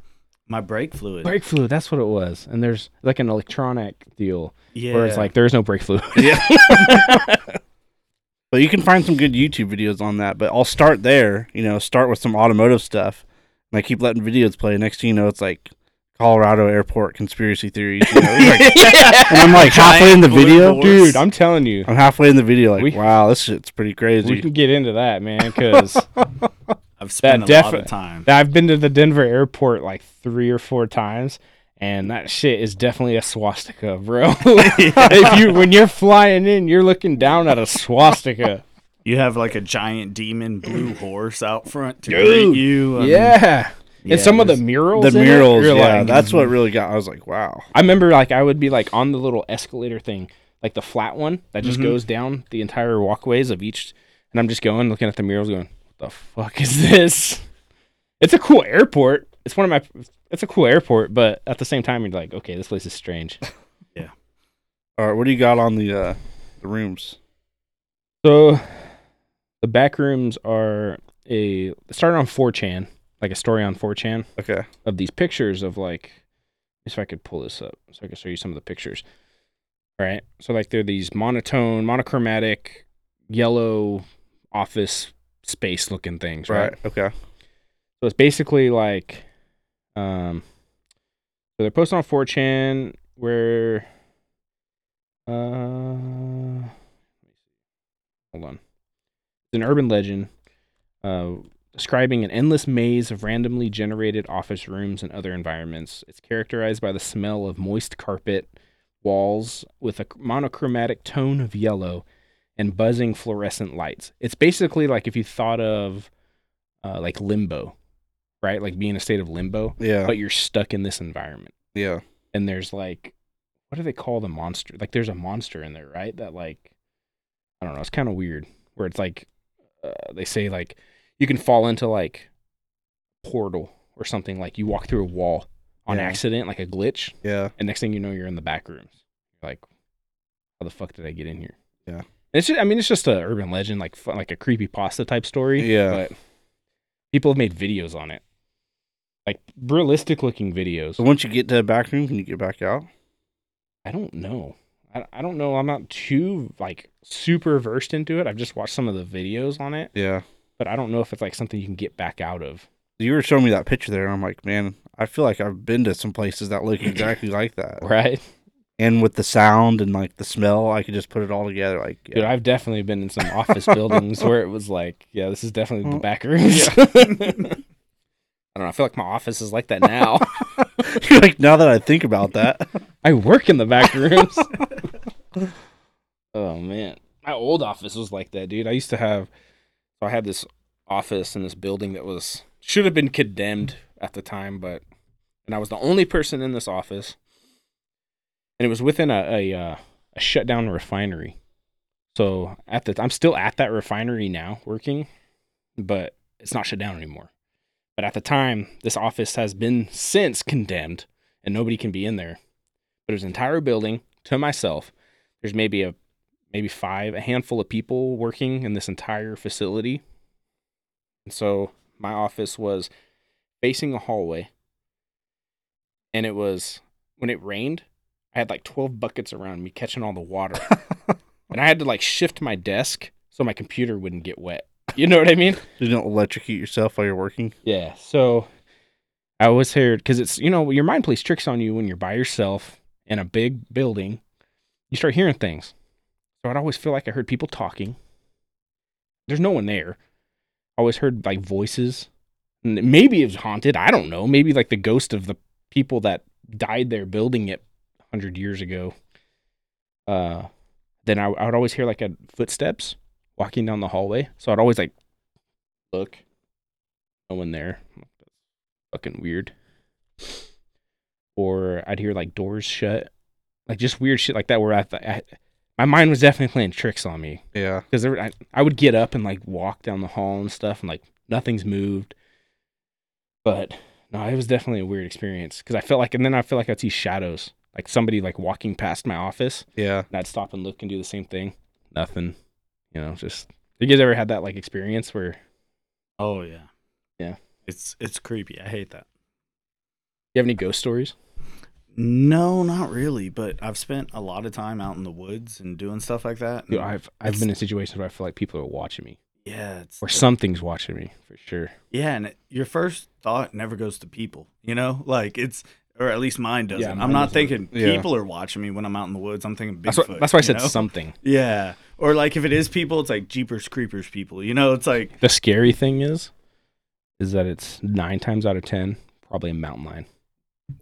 Speaker 3: my brake fluid.
Speaker 2: brake fluid that's what it was and there's like an electronic deal
Speaker 3: yeah.
Speaker 2: where it's
Speaker 3: [laughs]
Speaker 2: like [laughs] there's no brake fluid
Speaker 1: But you can find some good YouTube videos on that. But I'll start there, you know, start with some automotive stuff. And I keep letting videos play. Next thing you know, it's like Colorado airport conspiracy theories. You know? [laughs] It's like- and I'm like halfway in the
Speaker 3: Giant
Speaker 1: video.
Speaker 3: blue
Speaker 2: dude i'm telling you
Speaker 1: I'm halfway in the video, like,
Speaker 2: We-
Speaker 1: wow, this shit's pretty
Speaker 2: we
Speaker 1: crazy.
Speaker 2: can get into that man because
Speaker 3: [laughs] I've spent a lot of
Speaker 2: defi-
Speaker 3: time.
Speaker 2: That- I've been to the Denver airport like three or four times, and that shit is definitely a swastika, bro. [laughs] if you when you're flying in, you're looking down at a swastika.
Speaker 3: You have like a giant demon
Speaker 2: [clears throat]
Speaker 3: blue horse out front to
Speaker 2: Dude.
Speaker 3: greet you. I mean,
Speaker 2: yeah.
Speaker 3: yeah,
Speaker 2: and some of the
Speaker 3: there's-
Speaker 2: murals,
Speaker 1: The
Speaker 2: in it,
Speaker 1: murals,
Speaker 2: you're
Speaker 1: yeah,
Speaker 2: like-
Speaker 1: that's what really got. I was like, wow.
Speaker 2: I remember, like I would be like on the little escalator thing, like the flat one that just
Speaker 3: Mhm.
Speaker 2: goes down the entire walkways of each, and I'm just going looking at the murals, going, "What the fuck is this?" It's a cool airport. It's one of my. It's a cool airport, but at the same time, you're like, okay, this place is strange.
Speaker 1: All right, what do you got on the uh, the rooms?
Speaker 2: So the back rooms are a it started on 4chan, like a story on 4chan
Speaker 1: Okay,
Speaker 2: of these pictures of like if I could pull this up so I can show you some of the pictures. All right. So like they're these monotone, monochromatic, yellow office space looking things,
Speaker 1: right,
Speaker 2: right?
Speaker 1: okay,
Speaker 2: So it's basically like, um, so they're posting on 4chan where, uh, hold on, it's an urban legend, uh, describing an endless maze of randomly generated office rooms and other environments. It's characterized by the smell of moist carpet, walls with a monochromatic tone of yellow, and buzzing fluorescent lights. It's basically like if you thought of uh, like limbo, right? Like being in a state of limbo,
Speaker 1: yeah,
Speaker 2: but you're stuck in this environment.
Speaker 1: Oh, yeah,
Speaker 2: And there's like, what do they call the monster? Like there's a monster in there, right? That like, I don't know. It's kind of weird. Where it's like, uh, they say like you can fall into like portal or something. Like you walk through a wall on
Speaker 1: Yeah.
Speaker 2: accident, like a glitch,
Speaker 1: yeah.
Speaker 2: and next thing you know, you're in the back rooms. Like, how the fuck did I get in here?
Speaker 1: Yeah.
Speaker 2: It's just, I mean, it's just an urban legend, like fu- like a creepy pasta type story.
Speaker 1: Yeah.
Speaker 2: But people have made videos on it, like realistic looking videos.
Speaker 1: So once you get to the back room, can you get back out?
Speaker 2: I don't know. I, I don't know. I'm not too like super versed into it. I've just watched some of the videos on it,
Speaker 1: Yeah.
Speaker 2: but I don't know if it's like something you can get back out of.
Speaker 1: You were showing me that picture there, and I'm like, man, I feel like I've been to some places that look exactly like that.
Speaker 2: Right?
Speaker 1: And with the sound and like the smell, I could just put it all together. Like,
Speaker 2: Dude,
Speaker 1: yeah.
Speaker 2: I've definitely been in some office buildings where it was like, yeah, this is definitely the
Speaker 1: Well,
Speaker 2: back rooms. I don't know. [laughs] I feel like my office is like that now.
Speaker 1: [laughs] You're like, now that I think about that, [laughs]
Speaker 2: I work in the back rooms. oh man, my old office was like that, dude. I used to have, I had this office in this building that was should have been condemned at the time, but and I was the only person in this office, and it was within a a, uh, a shutdown refinery. So at the I'm still at that refinery now working, but it's not shut down anymore. But at the time, this office has been since condemned, and nobody can be in there but there's an entire building to myself. There's maybe a maybe five, a handful of people working in this entire facility. And so my office was facing a hallway. And it was when it rained, I had like 12 buckets around me catching all the water. and I had to like shift my desk so my computer wouldn't get wet. You know what I mean?
Speaker 1: you don't electrocute yourself while you're working.
Speaker 2: Yeah. So I was here because it's, you know, your mind plays tricks on you when you're by yourself in a big building. You start hearing things. So I'd always feel like I heard people talking. There's no one there. I always heard like voices. And Maybe it was haunted. I don't know. Maybe like the ghost of the people that died there building it 100 years ago. Uh, then I, I would always hear like a footsteps walking down the hallway. So I'd always like look no one there. I'm like, That's fucking weird. Or I'd hear like doors shut, like just weird shit like that. Where I, th- I my mind was definitely playing tricks on me
Speaker 1: Yeah.
Speaker 2: because I, I would get up and like walk down the hall and stuff, and like nothing's moved. But no, it was definitely a weird experience because I felt like, and then I felt like I'd see shadows, like somebody like walking past my office,
Speaker 1: Yeah.
Speaker 2: and I'd stop and look and do the same thing. Nothing, you know, just. You guys ever had that like experience where
Speaker 3: Oh yeah.
Speaker 2: Yeah.
Speaker 3: It's it's creepy. I hate that.
Speaker 2: you have any ghost stories?
Speaker 3: No, not really, but I've spent a lot of time out in the woods and doing stuff like that. and
Speaker 2: Dude, I've I've been in situations where I feel like people are watching me,
Speaker 3: yeah, it's
Speaker 2: or something's watching me for sure.
Speaker 3: yeah, and it, your first thought never goes to people, you know? Like it's or at least mine doesn't.
Speaker 2: mine
Speaker 3: I'm not
Speaker 2: doesn't.
Speaker 3: thinking
Speaker 1: Yeah.
Speaker 3: people are watching me when I'm out in the woods. I'm thinking Bigfoot.
Speaker 2: That's, what, that's why I
Speaker 3: you
Speaker 2: said
Speaker 3: know?
Speaker 2: something.
Speaker 3: Yeah. Or like if it is people, it's like Jeepers Creepers people. You know, it's like
Speaker 2: The scary thing is, is that it's nine times out of ten probably a mountain lion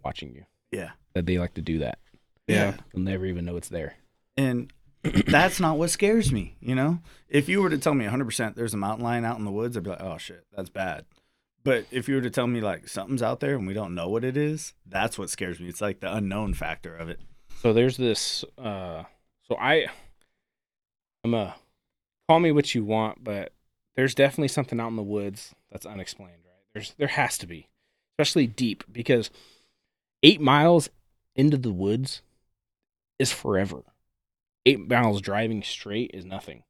Speaker 2: watching you.
Speaker 3: Yeah.
Speaker 2: that they like to do that.
Speaker 1: Yeah.
Speaker 2: You'll never even know it's there.
Speaker 3: And that's not what scares me, you know? If you were to tell me 100% there's a mountain lion out in the woods, I'd be like, oh shit, that's bad. But if you were to tell me like something's out there and we don't know what it is, that's what scares me. It's like the unknown factor of it.
Speaker 2: So there's this. uh So I, I'm a call me what you want, but there's definitely something out in the woods that's unexplained, right? There's there has to be, especially deep because eight miles into the woods is forever. Eight miles driving straight is nothing,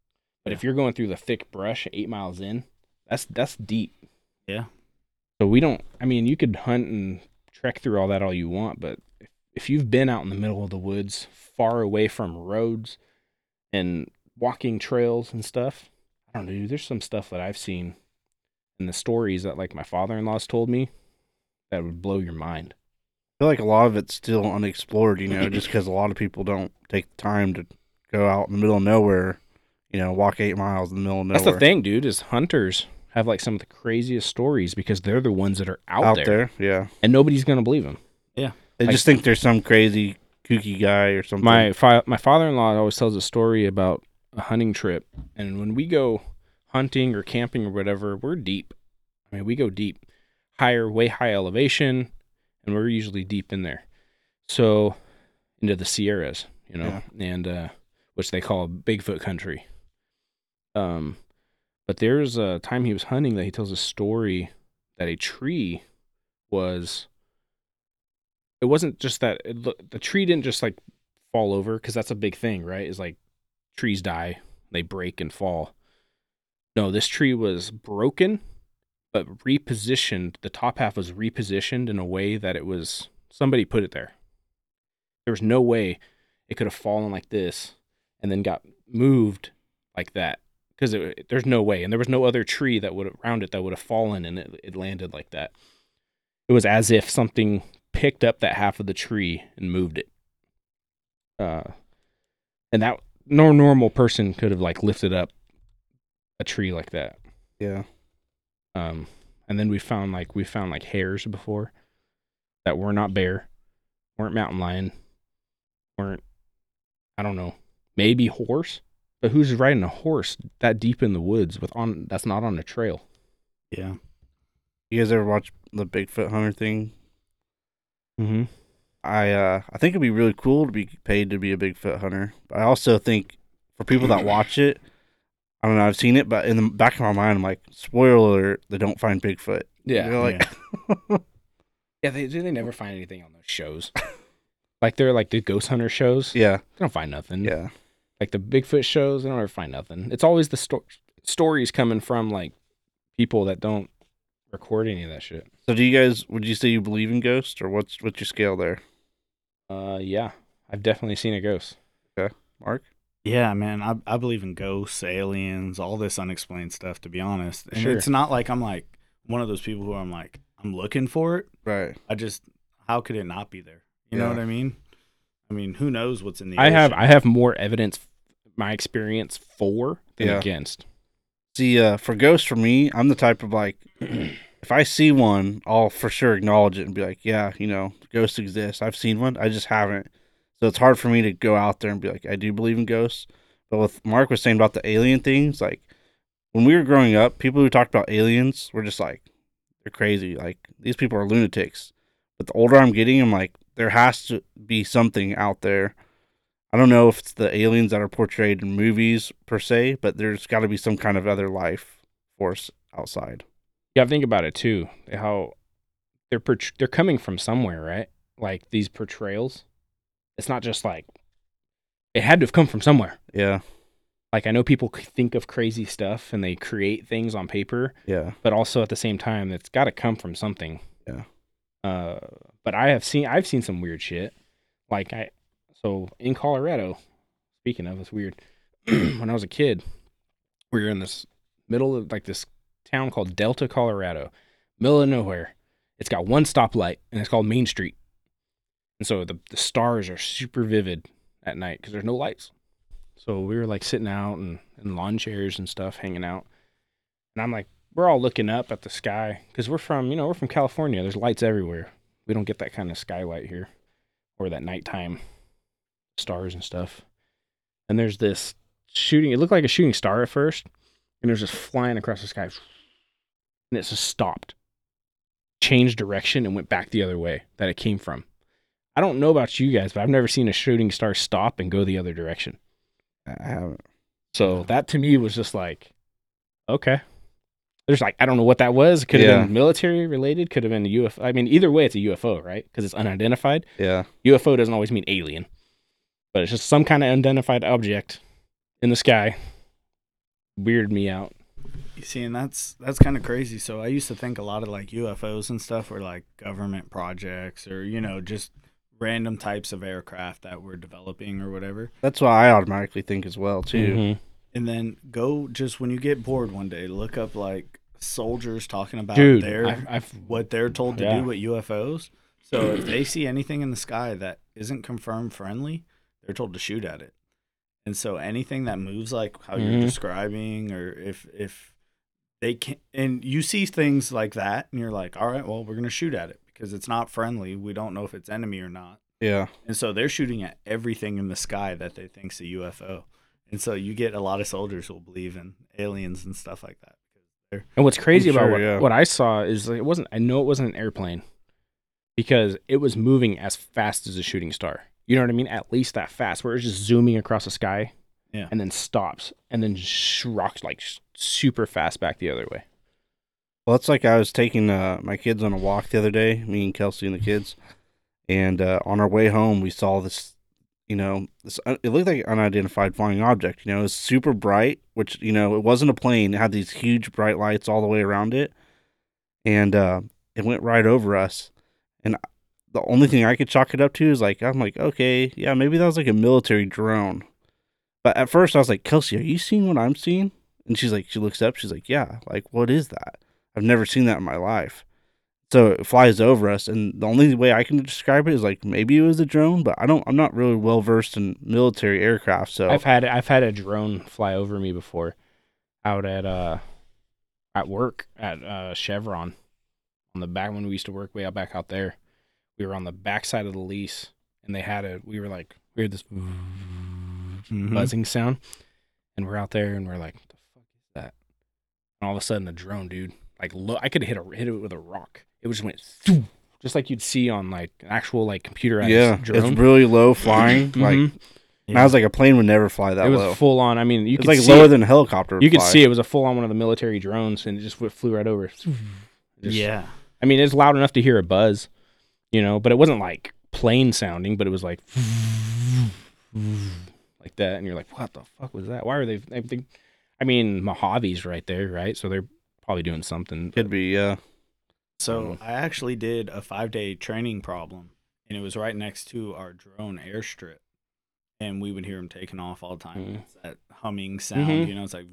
Speaker 2: but if you're going through the thick brush eight miles in, that's that's deep.
Speaker 3: Yeah.
Speaker 2: So we don't. I mean, you could hunt and trek through all that all you want, but if, if you've been out in the middle of the woods, far away from roads and walking trails and stuff, I don't know. dude, There's some stuff that I've seen in the stories that like my father-in-law's told me that would blow your mind.
Speaker 1: I feel like a lot of it's still unexplored, you know, just because a lot of people don't take the time to go out in the middle of nowhere, you know, walk eight miles in the middle of nowhere.
Speaker 2: That's the thing, dude. Is hunters have like some of the craziest stories because they're the ones that are out,
Speaker 1: Out,
Speaker 2: there,
Speaker 1: there. yeah.
Speaker 2: and nobody's gonna believe them.
Speaker 1: They
Speaker 2: Like-
Speaker 1: just think there's some crazy kooky guy or something.
Speaker 2: my fa- my father-in-law always tells a story about a hunting trip and when we go hunting or camping or whatever we're deep i mean we go deep higher way high elevation and we're usually deep in there so into the sierras you know and uh which they call bigfoot country um but there's a time he was hunting that he tells a story that a tree was it wasn't just that it, lo- the tree didn't just like fall over because that's a big thing, right? Is like trees die, they break and fall. No, this tree was broken, but repositioned. The top half was repositioned in a way that it was somebody put it there. There was no way it could have fallen like this and then got moved like that because there's no way and there was no other tree that would around it that would have fallen and it, it landed like that it was as if something picked up that half of the tree and moved it uh and that no normal person could have like lifted up a tree like that
Speaker 1: Yeah.
Speaker 2: um, and then we found like we found like hares before that were not bear, weren't mountain lion, weren't I don't know, maybe horse. But who's riding a horse that deep in the woods with on that's not on a trail?
Speaker 3: Yeah.
Speaker 1: You guys ever watch the Bigfoot hunter thing?
Speaker 2: Mm-hmm.
Speaker 1: I uh, I think it'd be really cool to be paid to be a Bigfoot hunter. But I also think for people that watch it, I don't know. I've seen it, but in the back of my mind, I'm like, spoiler alert: they don't find Bigfoot.
Speaker 2: Yeah,
Speaker 1: You're like,
Speaker 2: yeah. They do. They never find anything on those shows. [laughs] like they're like the ghost hunter shows.
Speaker 1: yeah,
Speaker 2: They don't find nothing.
Speaker 1: yeah,
Speaker 2: like the Bigfoot shows, they don't ever find nothing. It's always the sto- stories coming from like people that don't record any of that shit.
Speaker 1: So do you guys? Would you say you believe in ghosts, or what's what's your scale there,
Speaker 2: Uh, yeah, I've definitely seen a ghost.
Speaker 1: Mark?
Speaker 3: Yeah, man, I, I believe in ghosts, aliens, all this unexplained stuff, to be honest. And
Speaker 2: Sure.
Speaker 3: it's not like I'm like one of those people who I'm like, I'm looking for it.
Speaker 1: Right.
Speaker 3: I just, how could it not be there? You know
Speaker 1: Yeah.
Speaker 3: what I mean? I mean, who knows what's in the
Speaker 2: I have
Speaker 3: ocean.
Speaker 2: I have more evidence, my experience for than
Speaker 1: Yeah.
Speaker 2: against.
Speaker 1: See, uh, for ghosts, for me, I'm the type of like, [clears throat] if I see one, I'll for sure acknowledge it and be like, yeah, you know, ghosts exist. I've seen one. I just haven't. So it's hard for me to go out there and be like, I do believe in ghosts. But with Mark was saying about the alien things, like when we were growing up, people who talked about aliens were just like, they're crazy. Like these people are lunatics. But the older I'm getting, I'm like, there has to be something out there. I don't know if it's the aliens that are portrayed in movies per se, but there's got to be some kind of other life force outside.
Speaker 2: Yeah, think about it too. How they're portr they're coming from somewhere, right? Like these portrayals. It's not just like it had to have come from somewhere.
Speaker 1: Yeah,
Speaker 2: Like I know people c- think of crazy stuff and they create things on paper,
Speaker 1: yeah,
Speaker 2: but also at the same time, it's got to come from something.
Speaker 1: Yeah.
Speaker 2: Uh, but I have seen I've seen some weird shit. Like I, so in Colorado, speaking of, it's weird. [clears throat] when I was a kid, we were in this middle of like this town called Delta, Colorado, middle of nowhere. It's got one stoplight and it's called Main Street. And so the, the stars are super vivid at night because there's no lights. So we were like sitting out and in lawn chairs and stuff, hanging out. And I'm like, we're all looking up at the sky because we're from you know we're from California. There's lights everywhere. We don't get that kind of skylight here or that nighttime stars and stuff. And there's this shooting. It looked like a shooting star at first, and there's just flying across the sky, and it just stopped, changed direction, and went back the other way that it came from. I don't know about you guys, but I've never seen a shooting star stop and go the other direction.
Speaker 1: I haven't.
Speaker 2: So that to me was just like, okay. There's like I don't know what that was. Could have
Speaker 1: Yeah.
Speaker 2: been military related. Could have been a UFO. I mean, either way, it's a UFO, right? Because it's unidentified.
Speaker 1: Yeah,
Speaker 2: UFO doesn't always mean alien, but it's just some kind of unidentified object in the sky. Weirded me out.
Speaker 3: You see, and that's that's kind of crazy. So I used to think a lot of like UFOs and stuff were like government projects or you know just random types of aircraft that we're developing or whatever.
Speaker 1: that's what I automatically think as well too.
Speaker 2: Mhm.
Speaker 3: And then go just when you get bored one day, look up like soldiers talking about
Speaker 2: dude.
Speaker 3: their
Speaker 2: I've, I've
Speaker 3: what they're told to
Speaker 2: Yeah.
Speaker 3: do with UFOs. So if they see anything in the sky that isn't confirmed friendly, they're told to shoot at it. And so anything that moves like how
Speaker 2: Mhm.
Speaker 3: you're describing, or if if they can, and you see things like that, and you're like, all right, well, we're gonna shoot at it because it's not friendly. We don't know if it's enemy or not.
Speaker 1: Yeah,
Speaker 3: And so they're shooting at everything in the sky that they think's a UFO. And so you get a lot of soldiers who'll believe in aliens and stuff like that.
Speaker 2: And what's crazy about
Speaker 1: sure,
Speaker 2: what,
Speaker 1: yeah.
Speaker 2: what I saw is like, it wasn't. I know it wasn't an airplane because it was moving as fast as a shooting star. You know what I mean? At least that fast, where it's just zooming across the sky,
Speaker 3: Yeah.
Speaker 2: and then stops, and then sh- rocks like sh- super fast back the other way.
Speaker 1: well, that's like I was taking uh, my kids on a walk the other day, me and Kelsey and the kids, and uh, on our way home we saw this. You know, this, it looked like an unidentified flying object. You know, it was super bright, which you know it wasn't a plane. It had these huge bright lights all the way around it, and uh, it went right over us. And the only thing I could chalk it up to is like I'm like, okay, yeah, maybe that was like a military drone. But at first I was like, Kelsey, are you seeing what I'm seeing? And she's like, she looks up, she's like, yeah, like what is that? I've never seen that in my life. So it flies over us, and the only way I can describe it is like maybe it was a drone, but I don't. I'm not really well versed in military aircraft, so
Speaker 2: I've had I've had a drone fly over me before, out at uh, at work at uh, Chevron, on the back when we used to work way out back out there. We were on the back side of the lease, and they had a. We were like we heard this
Speaker 1: Mm-hmm.
Speaker 3: Mhm.
Speaker 2: buzzing sound, and we're out there, and we're like, "What the fuck is that?" And all of a sudden, the drone, dude, like look, I could hit a hit it with a rock. It just went, thwoom, just like you'd see on like an actual like computerized
Speaker 1: yeah,
Speaker 2: drone.
Speaker 1: it's really
Speaker 2: [clears throat]
Speaker 1: low flying. like,
Speaker 2: Mhm.
Speaker 1: and I was like, a plane would never fly that
Speaker 2: it was
Speaker 1: low.
Speaker 2: full on. I mean, you
Speaker 1: It's
Speaker 2: could
Speaker 1: like
Speaker 2: see
Speaker 1: lower
Speaker 2: it-
Speaker 1: than a helicopter. Would
Speaker 2: you could
Speaker 1: fly.
Speaker 2: see it was a full on one of the military drones, and it just w- flew right over. Just-
Speaker 3: yeah.
Speaker 2: I mean, it's loud enough to hear a buzz, you know, but it wasn't like plane sounding, but it was like like that, and you're like, what the fuck was that? Why are they? I, think, I mean, Mojave's right there, right? So they're probably doing something.
Speaker 1: Could be, yeah.
Speaker 3: So I actually did a five day training problem, and it was right next to our drone airstrip, and we would hear them taking off all the time.
Speaker 2: Mhm.
Speaker 3: It's that humming sound,
Speaker 2: Mhm.
Speaker 3: you know, it's like,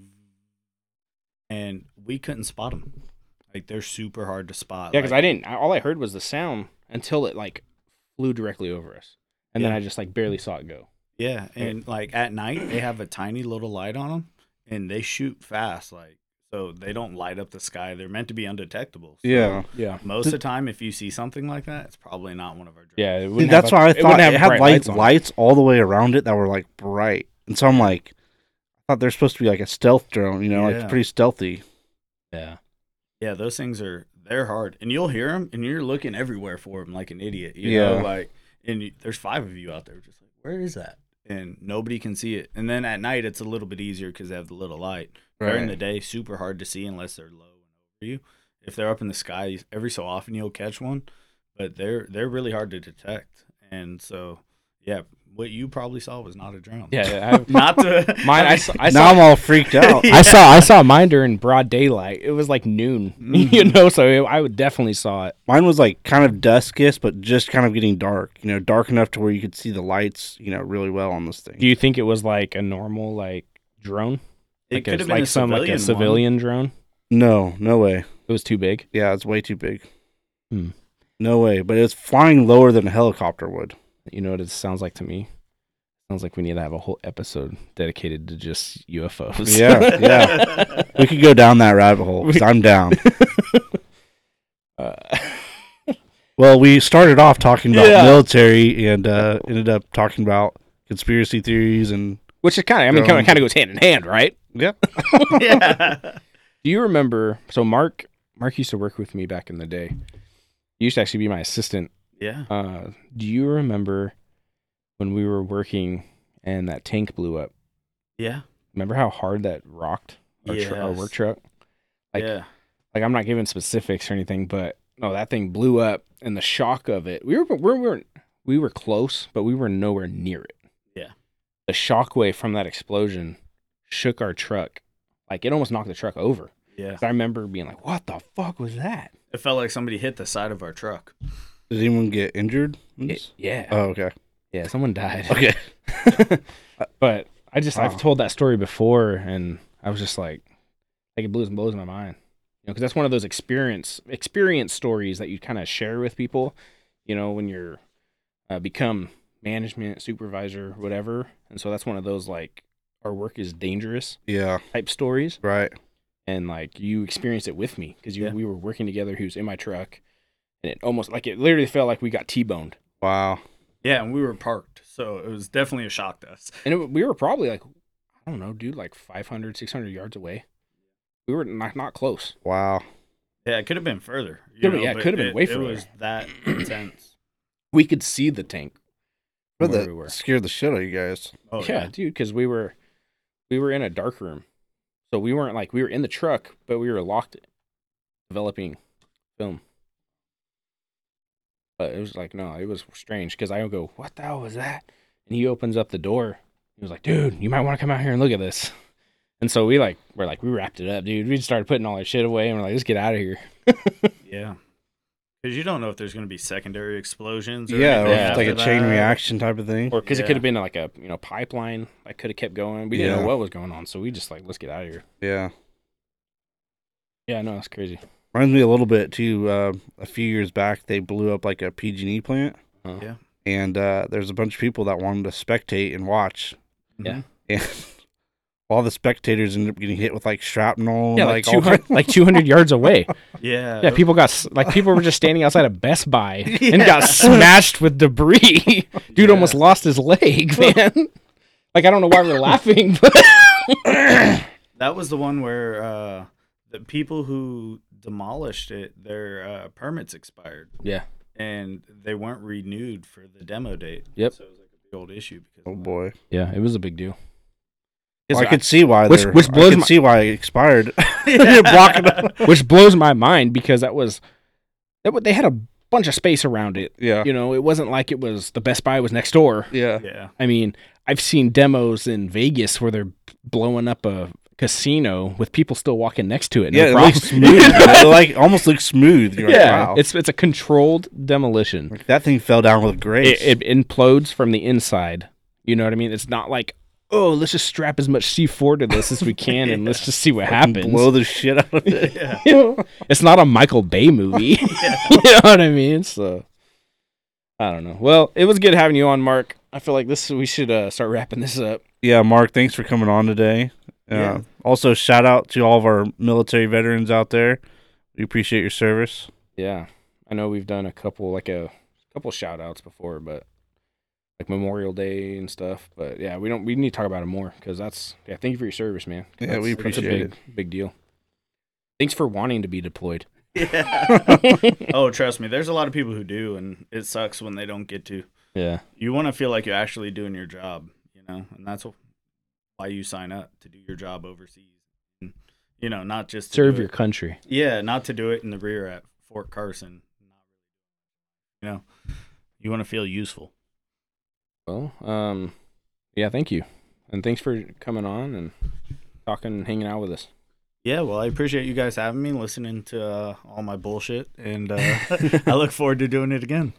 Speaker 3: and we couldn't spot them. Like they're super hard to spot.
Speaker 2: Yeah, because
Speaker 3: like,
Speaker 2: I didn't. I, all I heard was the sound until it like flew directly over us, and then
Speaker 3: Yeah.
Speaker 2: I just like barely saw it go.
Speaker 3: yeah, and like at night they have a tiny little light on them, and they shoot fast. Like so they don't light up the sky. They're meant to be undetectable. So
Speaker 1: Yeah.
Speaker 2: Yeah.
Speaker 3: Most of the time, if you see something like that, it's probably not one of our drones.
Speaker 2: Yeah, it
Speaker 1: See,
Speaker 2: wouldn't have
Speaker 1: that's
Speaker 2: a-
Speaker 1: why I
Speaker 2: it
Speaker 1: thought
Speaker 2: wouldn't
Speaker 1: it,
Speaker 2: have
Speaker 1: had
Speaker 2: bright
Speaker 1: light,
Speaker 2: on it.
Speaker 1: lights all the way around it that were like bright. And so I'm like, I thought they're supposed to be like a stealth drone, you know, like it's
Speaker 3: Yeah.
Speaker 1: pretty stealthy.
Speaker 2: Yeah,
Speaker 3: Yeah, those things are they're hard, and you'll hear them, and you're looking everywhere for them like an idiot. You
Speaker 1: Yeah.
Speaker 3: know, like and you, there's five of you out there, just like where is that? And nobody can see it. And then at night, it's a little bit easier because they have the little light. During the day, super hard to see unless they're low and over you. If they're up in the sky, every so often you'll catch one, but they're they're really hard to detect. And so, yeah, what you probably saw was not a drone.
Speaker 2: yeah.
Speaker 1: [laughs]
Speaker 2: yeah, I-
Speaker 3: [laughs] not the
Speaker 2: [laughs] mine. I saw. I saw
Speaker 1: now I'm all
Speaker 2: [laughs]
Speaker 1: freaked out.
Speaker 2: I saw I saw mine during broad daylight. It was like noon, [laughs]
Speaker 3: Mm.
Speaker 2: you know. So it, I would definitely saw it.
Speaker 1: Mine was like kind of duskish, but just kind of getting dark, you know, dark enough to where you could see the lights, you know, really well on this thing.
Speaker 2: Do you think it was like a normal like drone?
Speaker 3: It
Speaker 2: like a-
Speaker 3: could have been
Speaker 2: like
Speaker 3: a
Speaker 2: some like
Speaker 3: civilian
Speaker 2: a
Speaker 3: one.
Speaker 2: civilian drone.
Speaker 1: no, no way.
Speaker 2: It was too big.
Speaker 1: Yeah, it's way too big.
Speaker 2: Hmm.
Speaker 1: No way. But it's flying lower than a helicopter would.
Speaker 2: You know what it sounds like to me? Sounds like we need to have a whole episode dedicated to just UFOs. [laughs]
Speaker 1: Yeah, yeah. we could go down that rabbit hole 'cause I'm down.
Speaker 2: Uh,
Speaker 1: Well, we started off talking about
Speaker 2: Yeah.
Speaker 1: military and uh, ended up talking about conspiracy theories and
Speaker 2: which is kind of I mean kind
Speaker 1: Drone.
Speaker 2: of kind of goes hand in hand, right?
Speaker 1: yeah,
Speaker 3: [laughs] yeah.
Speaker 2: [laughs] Do you remember? So Mark Mark used to work with me back in the day. He used to actually be my assistant
Speaker 3: Yeah.
Speaker 2: Uh, do you remember when we were working and that tank blew up?
Speaker 3: Yeah.
Speaker 2: Remember how hard that rocked our, tr- our work
Speaker 3: Yes.
Speaker 2: truck? Like,
Speaker 3: yeah.
Speaker 2: like I'm not giving specifics or anything, but no, that thing blew up, and the shock of it. We were we were- we were we were close, but we were nowhere near it.
Speaker 3: Yeah.
Speaker 2: the shock wave from that explosion shook our truck. Like it almost knocked the truck over.
Speaker 3: Yeah.
Speaker 2: 'Cause I remember being like, "What the fuck was that?"
Speaker 3: It felt like somebody hit the side of our truck.
Speaker 1: Did anyone get injured?
Speaker 2: It- yeah,
Speaker 3: Uh,
Speaker 1: Oh, okay,
Speaker 2: yeah, someone died. [laughs]
Speaker 1: okay.
Speaker 2: but I just
Speaker 1: Wow.
Speaker 2: I've told that story before, and I was just like, like it blows blows my mind, you know, because that's one of those experience experience stories that you kind of share with people, you know, when you're uh, become management supervisor whatever, and so that's one of those like our work is dangerous
Speaker 1: Yeah,
Speaker 2: type stories,
Speaker 1: right.
Speaker 2: and like you experienced it with me because you
Speaker 3: Yeah.
Speaker 2: we were working together, who's in my truck, and it almost like it literally felt like we got t boned,
Speaker 1: Wow.
Speaker 3: Yeah, and we were parked, so it was definitely a shock to us.
Speaker 2: and it, we were probably like i don't know dude like 500 600 yards away we were not, not close
Speaker 1: Wow.
Speaker 3: Yeah, it could have been further. you
Speaker 2: Could've been- yeah, it
Speaker 3: but
Speaker 2: could've been way
Speaker 3: It
Speaker 2: further.
Speaker 3: was that intense.
Speaker 2: we could see the tank
Speaker 1: But
Speaker 2: from where
Speaker 1: that
Speaker 2: we were
Speaker 1: scared the shit out of you guys.
Speaker 3: Oh
Speaker 2: yeah,
Speaker 3: yeah.
Speaker 2: dude because we were we were in a dark room so we weren't like we were in the truck but we were locked developing film but it was like no it was strange because i would go what the hell was that and he opens up the door he was like dude you might want to come out here and look at this and so we like we're like we wrapped it up dude we just started putting all our shit away and we're like let's get out of here
Speaker 3: Yeah. Because you don't know if there's going to be secondary explosions. Or
Speaker 1: Yeah, or
Speaker 3: anything
Speaker 1: if it's like a
Speaker 3: after
Speaker 1: chain
Speaker 3: that.
Speaker 1: reaction type of thing.
Speaker 2: Or because it
Speaker 3: Yeah.
Speaker 2: could have been like a you know pipeline that could have kept going. We didn't
Speaker 1: Yeah.
Speaker 2: know what was going on, so we just like let's get out of here.
Speaker 1: Yeah.
Speaker 2: Yeah, no, that's crazy.
Speaker 1: Reminds me a little bit too. Uh, a few years back, they blew up like a PG&E E plant.
Speaker 2: Huh.
Speaker 3: Yeah.
Speaker 1: And uh, there's a bunch of people that wanted to spectate and watch,
Speaker 2: Yeah.
Speaker 1: and [laughs] all the spectators ended up getting hit with like shrapnel.
Speaker 2: Yeah,
Speaker 1: and,
Speaker 2: like
Speaker 1: all
Speaker 2: two hundred like two hundred yards [laughs] away.
Speaker 3: Yeah.
Speaker 2: Yeah,
Speaker 3: it-
Speaker 2: people got s- like people were just standing outside of Best [laughs] Buy and
Speaker 1: Yeah.
Speaker 2: got smashed with debris. [laughs] Dude
Speaker 3: yeah.
Speaker 2: almost lost his leg, man. [laughs] like I don't know why we're laughing, but [laughs]
Speaker 3: That was the one where uh, the people who demolished it, their uh, permits expired.
Speaker 2: Yeah.
Speaker 3: And they weren't renewed for the demo date.
Speaker 2: Yep.
Speaker 3: So it was like a big old issue. Because
Speaker 1: oh boy.
Speaker 2: yeah, it was a big deal.
Speaker 1: Well, I could see why.
Speaker 2: Which-
Speaker 1: they're-
Speaker 2: which blows
Speaker 1: I could
Speaker 2: my-
Speaker 1: see why it
Speaker 2: [laughs]
Speaker 1: expired. They block it up.
Speaker 2: which blows my mind because that was that wa- they had a bunch of space around it.
Speaker 1: Yeah.
Speaker 2: You know, it wasn't like it was the Best Buy was next door.
Speaker 1: Yeah.
Speaker 3: Yeah.
Speaker 2: I mean, I've seen demos in Vegas where they're blowing up a casino with people still walking next to it. No
Speaker 1: Yeah, it
Speaker 2: problem. [laughs]
Speaker 1: looks smooth. it like almost looks smooth. You're
Speaker 2: yeah,
Speaker 1: like, wow.
Speaker 2: it's it's a controlled demolition.
Speaker 1: Like, that thing fell down with grace.
Speaker 2: it, it implodes from the inside. You know what I mean? It's not like, oh, let's just strap as much C4 to this as
Speaker 1: [laughs]
Speaker 2: we can and let's just see what
Speaker 1: Fucking
Speaker 2: happens. [laughs]
Speaker 1: Blow the shit out of it.
Speaker 3: Yeah.
Speaker 2: You know? It's not a Michael
Speaker 1: [laughs]
Speaker 2: Bay movie. [laughs] you know what I mean? So I don't know. Well, it was good having you on, Mark. I feel like this we should uh, start wrapping this up.
Speaker 1: yeah, Mark, thanks for coming on today. Uh,
Speaker 3: Yeah.
Speaker 1: Also, shout out to all of our military veterans out there. We appreciate your service.
Speaker 2: Yeah. I know we've done a couple like a couple shout outs before, but like Memorial Day and stuff, but yeah, we don't we need to talk about it more cuz that's yeah, thank you for your service, man. 'Cause
Speaker 1: Yeah,
Speaker 2: that's-
Speaker 1: we appreciate
Speaker 2: that's a big, Big deal. Thanks for wanting to be deployed.
Speaker 3: Yeah.
Speaker 2: [laughs]
Speaker 3: oh, trust me. There's a lot of people who do, and it sucks when they don't get to.
Speaker 2: Yeah.
Speaker 3: You want to feel like you're actually doing your job, you know, and that's why you sign up to do your job overseas. And, you know, not just to
Speaker 2: Serve
Speaker 3: do
Speaker 2: your
Speaker 3: it-
Speaker 2: country.
Speaker 3: yeah, not to do it in the rear at Fort Carson. You know, you want to feel useful.
Speaker 2: Well, um yeah, thank you. And thanks for coming on and talking and hanging out with us.
Speaker 3: Yeah, well, I appreciate you guys having me, listening to uh, all my bullshit, and uh, [laughs] I look forward to doing it again.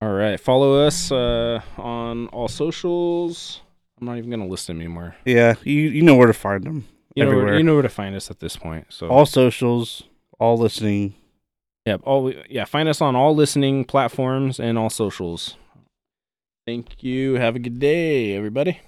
Speaker 2: All right. Follow us uh on all socials. I'm not even going to list them anymore.
Speaker 1: Yeah, you, you know where to find them.
Speaker 2: You know, where,
Speaker 1: Everywhere.
Speaker 2: you know where to find us at this point. So
Speaker 1: All socials, all listening.
Speaker 2: Yep. All yeah. Find us on all listening platforms and all socials. Thank you. Have a good day, everybody.